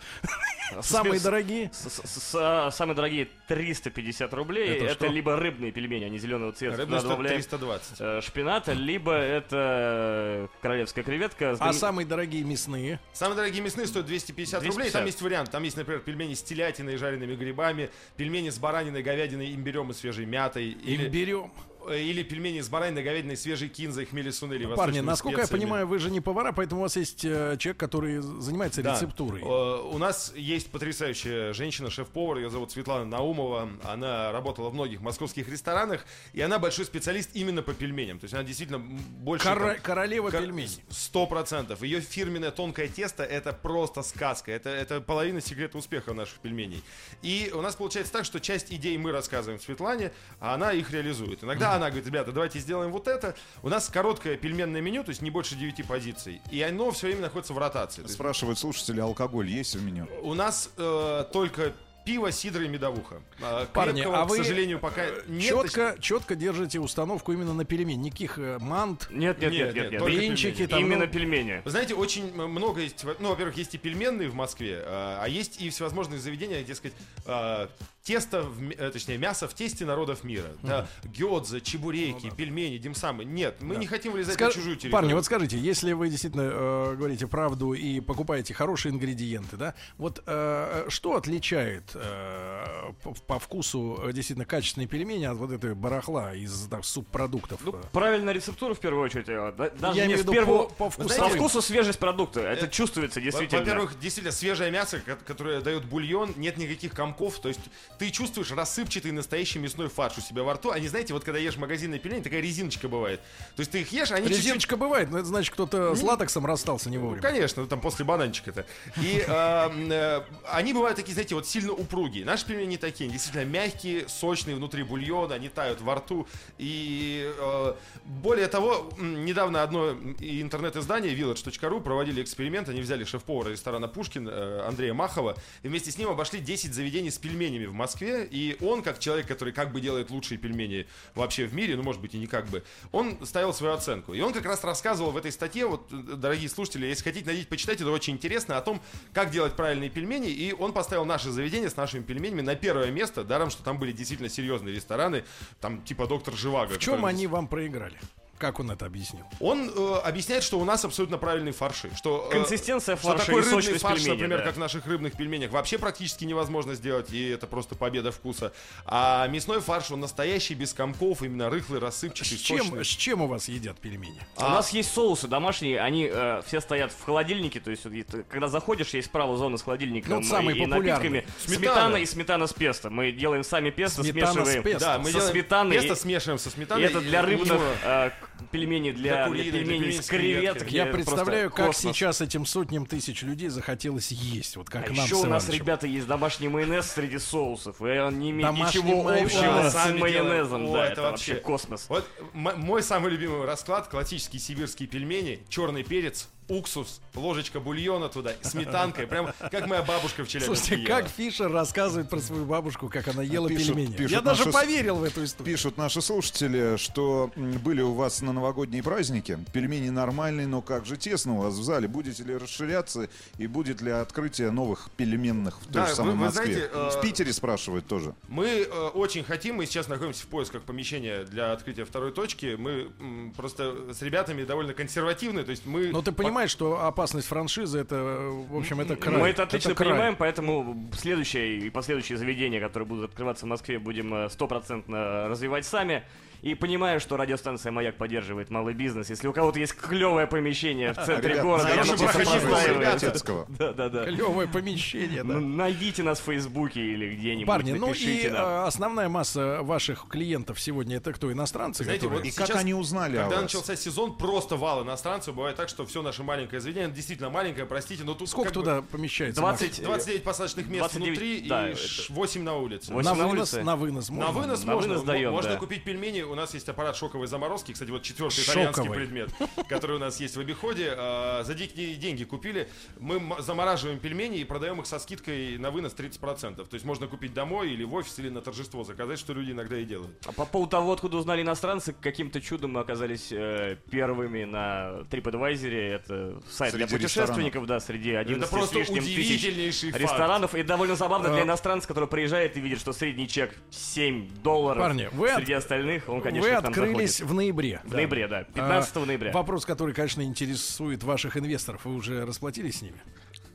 [SPEAKER 2] Самые
[SPEAKER 5] С-
[SPEAKER 2] дорогие.
[SPEAKER 5] с- с- с- а, самые дорогие 350 рублей.
[SPEAKER 4] Это
[SPEAKER 5] Это,
[SPEAKER 4] что?
[SPEAKER 5] либо рыбные пельмени, они зеленого цвета.
[SPEAKER 4] рыбный
[SPEAKER 5] Туда
[SPEAKER 4] стоит
[SPEAKER 5] добавляем,
[SPEAKER 4] 320.
[SPEAKER 5] э, шпината, либо это э, королевская креветка. с
[SPEAKER 2] А
[SPEAKER 5] дым-
[SPEAKER 2] самые дорогие мясные.
[SPEAKER 4] Самые дорогие мясные стоят 250, рублей,
[SPEAKER 5] 250.
[SPEAKER 4] там есть вариант, там есть, например, пельмени с телятиной и жареными грибами, пельмени с бараниной, говядиной, имбирем и свежей мятой,
[SPEAKER 2] Или...
[SPEAKER 4] или,
[SPEAKER 2] Берем.
[SPEAKER 4] э, или пельмени с бараниной, говядиной, свежей кинзой, хмели-суны или
[SPEAKER 2] Ну, Парни,
[SPEAKER 4] восточными
[SPEAKER 2] насколько я
[SPEAKER 4] специями.
[SPEAKER 2] понимаю, вы же не повара, поэтому у вас есть э, человек, который занимается
[SPEAKER 4] Да.
[SPEAKER 2] рецептурой.
[SPEAKER 4] Э, У нас есть потрясающая женщина, шеф-повар, ее зовут Светлана Наумова. Она работала в многих московских ресторанах, и она большой специалист именно по пельменям. То есть она действительно м, больше...
[SPEAKER 2] Кора-
[SPEAKER 4] там,
[SPEAKER 2] Королева
[SPEAKER 4] кор-
[SPEAKER 2] пельменей.
[SPEAKER 4] Сто процентов. Ее фирменное тонкое тесто — это просто сказка. Это, это половина секрета успеха наших пельменей. И у нас получается так, что часть идей мы рассказываем Светлане, а она их реализует. Иногда она говорит, ребята, давайте сделаем вот это. У нас короткое пельменное меню, то есть не больше 9 позиций. И оно все время находится в ротации. То есть
[SPEAKER 6] Спрашивают слушатели, алкоголь есть в меню?
[SPEAKER 4] у нас э, только пиво, сидра и медовуха. А,
[SPEAKER 2] Парни,
[SPEAKER 4] крепкого,
[SPEAKER 2] а вы,
[SPEAKER 4] к сожалению, пока нет.
[SPEAKER 2] четко, четко держите установку именно на пельмени. Никаких э, мант,
[SPEAKER 5] Нет, нет, нет,
[SPEAKER 4] Нет,
[SPEAKER 5] нет,
[SPEAKER 4] нет,
[SPEAKER 5] нет.
[SPEAKER 4] только
[SPEAKER 2] блинчики.
[SPEAKER 4] пельмени.
[SPEAKER 2] Там,
[SPEAKER 5] Именно
[SPEAKER 2] ну,
[SPEAKER 5] пельмени.
[SPEAKER 4] Вы знаете, очень м- много есть... Ну, во-первых, есть и пельменные в Москве, э, а есть и всевозможные заведения, где, сказать, э, тесто, в м- э, точнее, мясо в тесте народов мира. Да, гёдза,
[SPEAKER 2] Ну
[SPEAKER 4] чебуреки, пельмени, димсамы. Нет, мы не хотим влезать
[SPEAKER 2] Ска-
[SPEAKER 4] на чужую территорию.
[SPEAKER 2] Парни, вот скажите, если вы действительно э, говорите правду и покупаете хорошие ингредиенты, да, вот э, что отличает э, по, по вкусу э, действительно качественные пельмени от вот этой барахла из там, субпродуктов?
[SPEAKER 5] Ну,
[SPEAKER 2] Э,
[SPEAKER 5] правильная рецептура в первую очередь. э, да- Даже
[SPEAKER 2] Я
[SPEAKER 5] не
[SPEAKER 2] имею в
[SPEAKER 5] с
[SPEAKER 2] виду
[SPEAKER 5] первого...
[SPEAKER 2] по- по
[SPEAKER 5] Вы
[SPEAKER 2] вкусовым.
[SPEAKER 5] знаете, По вкусу свежесть продукта. Это чувствуется действительно.
[SPEAKER 4] Во-первых, действительно, свежее мясо, ко- которое дает бульон, нет никаких комков, то есть ты чувствуешь рассыпчатый настоящий мясной фарш у себя во рту, а не знаете, вот когда ешь магазинные пельмени, такая резиночка бывает. То есть ты их ешь, они чуть-чуть-
[SPEAKER 2] Резиночка бывает, но это значит, кто-то
[SPEAKER 5] Ну,
[SPEAKER 2] с латексом расстался не
[SPEAKER 4] Ну,
[SPEAKER 2] вовремя.
[SPEAKER 4] конечно, ну, там после бананчика-то. И э, м, э, они бывают такие, знаете, вот сильно упругие. Наши пельмени не такие, они действительно мягкие, сочные внутри бульона, они тают во рту. И э, более того, м, недавно одно м, и интернет-издание village.ru проводили эксперимент, они взяли шеф-повара ресторана Пушкин э, Андрея Махова и вместе с ним обошли 10 заведений с пельменями в Москве, и он, как человек, который как бы делает лучшие пельмени вообще в мире, ну, может быть, и не как бы, он ставил свою оценку. И он как раз рассказывал в этой статье, вот, э, дорогие слушатели, если хотите, найдите, почитайте, это очень интересно, о том, как делать правильные пельмени, и он поставил наше заведение с нашими пельменями на первое место, даром, что там были действительно серьезные рестораны, там типа доктор Живаго.
[SPEAKER 2] В чем они вам проиграли? Как он это объяснил?
[SPEAKER 4] Он э, объясняет, что у нас абсолютно правильные фарши. Что, э,
[SPEAKER 5] Консистенция
[SPEAKER 4] что
[SPEAKER 5] фарша
[SPEAKER 4] такой
[SPEAKER 5] и
[SPEAKER 4] рыбный
[SPEAKER 5] сочность
[SPEAKER 4] фарш,
[SPEAKER 5] пельменя,
[SPEAKER 4] например,
[SPEAKER 5] да.
[SPEAKER 4] как в наших рыбных пельменях, вообще практически невозможно сделать, и это просто победа вкуса. А мясной фарш, он настоящий, без комков, именно рыхлый,
[SPEAKER 2] С
[SPEAKER 4] рассыпчатый,
[SPEAKER 2] чем,
[SPEAKER 4] сочный.
[SPEAKER 2] с чем у вас едят пельмени?
[SPEAKER 5] У нас есть соусы домашние, они э, все стоят в холодильнике, то есть вот, и ты- когда заходишь, есть справа зона с холодильником
[SPEAKER 2] Ну, вот самый
[SPEAKER 5] и, и
[SPEAKER 2] популярный.
[SPEAKER 5] напитками.
[SPEAKER 4] Сметана.
[SPEAKER 5] Сметана. и сметана с песто. Мы делаем сами песто,
[SPEAKER 2] Сметана с
[SPEAKER 5] смешиваем.
[SPEAKER 2] песто.
[SPEAKER 4] Да, мы
[SPEAKER 5] со
[SPEAKER 4] делаем
[SPEAKER 5] сметаной
[SPEAKER 4] Тесто
[SPEAKER 5] и-
[SPEAKER 4] смешиваем со сметаной.
[SPEAKER 5] И это
[SPEAKER 4] и
[SPEAKER 5] для
[SPEAKER 4] у
[SPEAKER 5] рыбных
[SPEAKER 4] него-
[SPEAKER 5] э, к- пельменей, для,
[SPEAKER 4] Для куриных,
[SPEAKER 5] для
[SPEAKER 4] для
[SPEAKER 5] пельменей
[SPEAKER 4] пельменей
[SPEAKER 5] с
[SPEAKER 4] с креветками.
[SPEAKER 5] креветок.
[SPEAKER 2] Я
[SPEAKER 5] просто
[SPEAKER 2] представляю, как
[SPEAKER 5] космос.
[SPEAKER 2] сейчас этим сотням тысяч людей захотелось есть, вот как
[SPEAKER 5] А
[SPEAKER 2] нам
[SPEAKER 5] еще
[SPEAKER 2] с
[SPEAKER 5] у нас,
[SPEAKER 2] Иванычем.
[SPEAKER 5] ребята, есть домашний майонез среди соусов, и он не имеет
[SPEAKER 2] Домашний
[SPEAKER 5] ничего
[SPEAKER 2] майонез.
[SPEAKER 5] общего
[SPEAKER 4] Да,
[SPEAKER 5] с
[SPEAKER 4] сами
[SPEAKER 5] майонезом.
[SPEAKER 4] делаем. О,
[SPEAKER 5] да,
[SPEAKER 4] это
[SPEAKER 5] это вообще
[SPEAKER 4] вообще-
[SPEAKER 5] космос.
[SPEAKER 4] Вот м- мой самый любимый расклад классические сибирские пельмени, черный перец, уксус, ложечка бульона туда, сметанка, и прям как моя бабушка в Челябинске
[SPEAKER 2] Слушайте,
[SPEAKER 4] ела.
[SPEAKER 2] как Фишер рассказывает про свою бабушку, как она ела
[SPEAKER 6] Пишут-
[SPEAKER 2] пельмени.
[SPEAKER 6] пишут
[SPEAKER 2] Я даже
[SPEAKER 6] наши с-
[SPEAKER 2] поверил в эту историю.
[SPEAKER 6] Пишут наши слушатели, что м, были у вас на новогодние праздники. Пельмени нормальные, но как же тесно у вас в зале. Будете ли расширяться и будет ли открытие новых пельменных в той
[SPEAKER 4] Да,
[SPEAKER 6] же самой
[SPEAKER 4] вы- вы
[SPEAKER 6] Москве?
[SPEAKER 4] знаете, э,
[SPEAKER 6] В Питере спрашивают тоже.
[SPEAKER 4] Мы э, очень хотим, мы сейчас находимся в поисках помещения для открытия второй точки. Мы м, просто с ребятами довольно консервативны, то есть мы...
[SPEAKER 6] Ну,
[SPEAKER 2] Но ты понимаешь, что опасность франшизы это, э, в общем, это край.
[SPEAKER 5] Мы это отлично
[SPEAKER 2] край.
[SPEAKER 5] понимаем, поэтому следующее и последующие заведения, которые будут открываться в Москве, будем э, стопроцентно развивать сами. И понимаю, что радиостанция «Маяк» поддерживает малый бизнес. Если у кого-то есть клевое помещение в центре
[SPEAKER 6] Ребят,
[SPEAKER 5] города, я
[SPEAKER 6] найдите
[SPEAKER 5] просто
[SPEAKER 4] проходи,
[SPEAKER 5] подстраиваю.
[SPEAKER 4] Владимир
[SPEAKER 6] Вятецкого.
[SPEAKER 5] Да, да, да.
[SPEAKER 2] Клевое помещение, да.
[SPEAKER 5] Ну, Найдите нас в Фейсбуке или где-нибудь,
[SPEAKER 2] Парни, ну и
[SPEAKER 5] напишите нам.
[SPEAKER 2] э, основная масса ваших клиентов сегодня это кто? Иностранцы?
[SPEAKER 4] Знаете,
[SPEAKER 2] которые-
[SPEAKER 4] вот
[SPEAKER 6] И как
[SPEAKER 4] сейчас,
[SPEAKER 6] они узнали о
[SPEAKER 4] Когда
[SPEAKER 6] вас?
[SPEAKER 4] начался сезон, просто вал иностранцев. Бывает так, что все наше маленькое заведение, оно действительно маленькое, простите, но тут
[SPEAKER 2] Сколько
[SPEAKER 4] как бы
[SPEAKER 2] туда помещается?
[SPEAKER 5] 20
[SPEAKER 4] 29 посадочных мест
[SPEAKER 5] 29,
[SPEAKER 4] внутри
[SPEAKER 5] э, да,
[SPEAKER 4] и
[SPEAKER 5] это-
[SPEAKER 4] ш- 8 на улице.
[SPEAKER 5] Восемь
[SPEAKER 2] На
[SPEAKER 5] на
[SPEAKER 2] вынос,
[SPEAKER 5] улице?
[SPEAKER 2] на вынос.
[SPEAKER 4] На
[SPEAKER 2] можно?
[SPEAKER 4] вынос
[SPEAKER 5] На
[SPEAKER 4] можно.
[SPEAKER 5] вынос даем,
[SPEAKER 4] можно
[SPEAKER 5] да.
[SPEAKER 4] купить пельмени. У нас есть аппарат шоковой заморозки. Кстати, вот четвертый итальянский
[SPEAKER 2] Шоковый.
[SPEAKER 4] предмет, который у нас есть в обиходе. А, За дикие деньги купили. Мы м- замораживаем пельмени и продаем их со скидкой на вынос 30%. То есть можно купить домой или в офис, или на торжество заказать, что люди иногда и делают.
[SPEAKER 5] А по поводу того, откуда узнали иностранцы, каким-то чудом мы оказались э, первыми на TripAdvisor. Это сайт для
[SPEAKER 6] Среди
[SPEAKER 5] путешественников, да, среди 11
[SPEAKER 4] Это просто
[SPEAKER 5] с лишним тысяч
[SPEAKER 4] удивительнейший факт.
[SPEAKER 5] ресторанов. И довольно забавно
[SPEAKER 2] А.
[SPEAKER 5] для иностранца, который приезжает и видит, что средний чек 7 долларов.
[SPEAKER 2] Парни, вы от-
[SPEAKER 5] среди остальных, он, конечно,
[SPEAKER 2] Вы
[SPEAKER 5] к нам
[SPEAKER 2] открылись
[SPEAKER 5] заходит.
[SPEAKER 2] в ноябре.
[SPEAKER 5] В ноябре, да, 15
[SPEAKER 2] А,
[SPEAKER 5] ноября.
[SPEAKER 2] Вопрос, который, конечно, интересует ваших инвесторов. Вы уже расплатились с ними?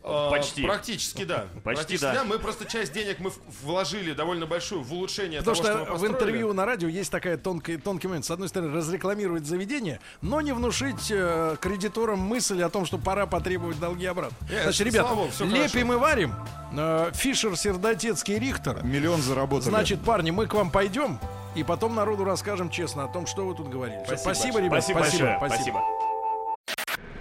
[SPEAKER 4] А,
[SPEAKER 5] Почти.
[SPEAKER 4] Практически да.
[SPEAKER 5] Почти
[SPEAKER 4] Практически
[SPEAKER 5] да.
[SPEAKER 4] Мы просто часть денег мы в- вложили довольно большую в улучшение
[SPEAKER 2] Потому
[SPEAKER 4] того,
[SPEAKER 2] что,
[SPEAKER 4] что мы
[SPEAKER 2] в
[SPEAKER 4] построили.
[SPEAKER 2] интервью на радио есть такая тонкая, тонкий момент. С одной стороны, разрекламировать заведение, но не внушить э, кредиторам мысль о том, что пора потребовать долги обратно.
[SPEAKER 4] Э,
[SPEAKER 2] Значит, ребят,
[SPEAKER 4] слава богу, всё
[SPEAKER 2] лепим и варим. Э, Фишер, Сердотецкий и Рихтер.
[SPEAKER 6] Миллион заработали.
[SPEAKER 2] Значит, парни, мы к вам пойдем и потом народу расскажем честно о том, что вы тут говорили. Всё, Спасибо, ребят.
[SPEAKER 5] Спасибо большое. спасибо.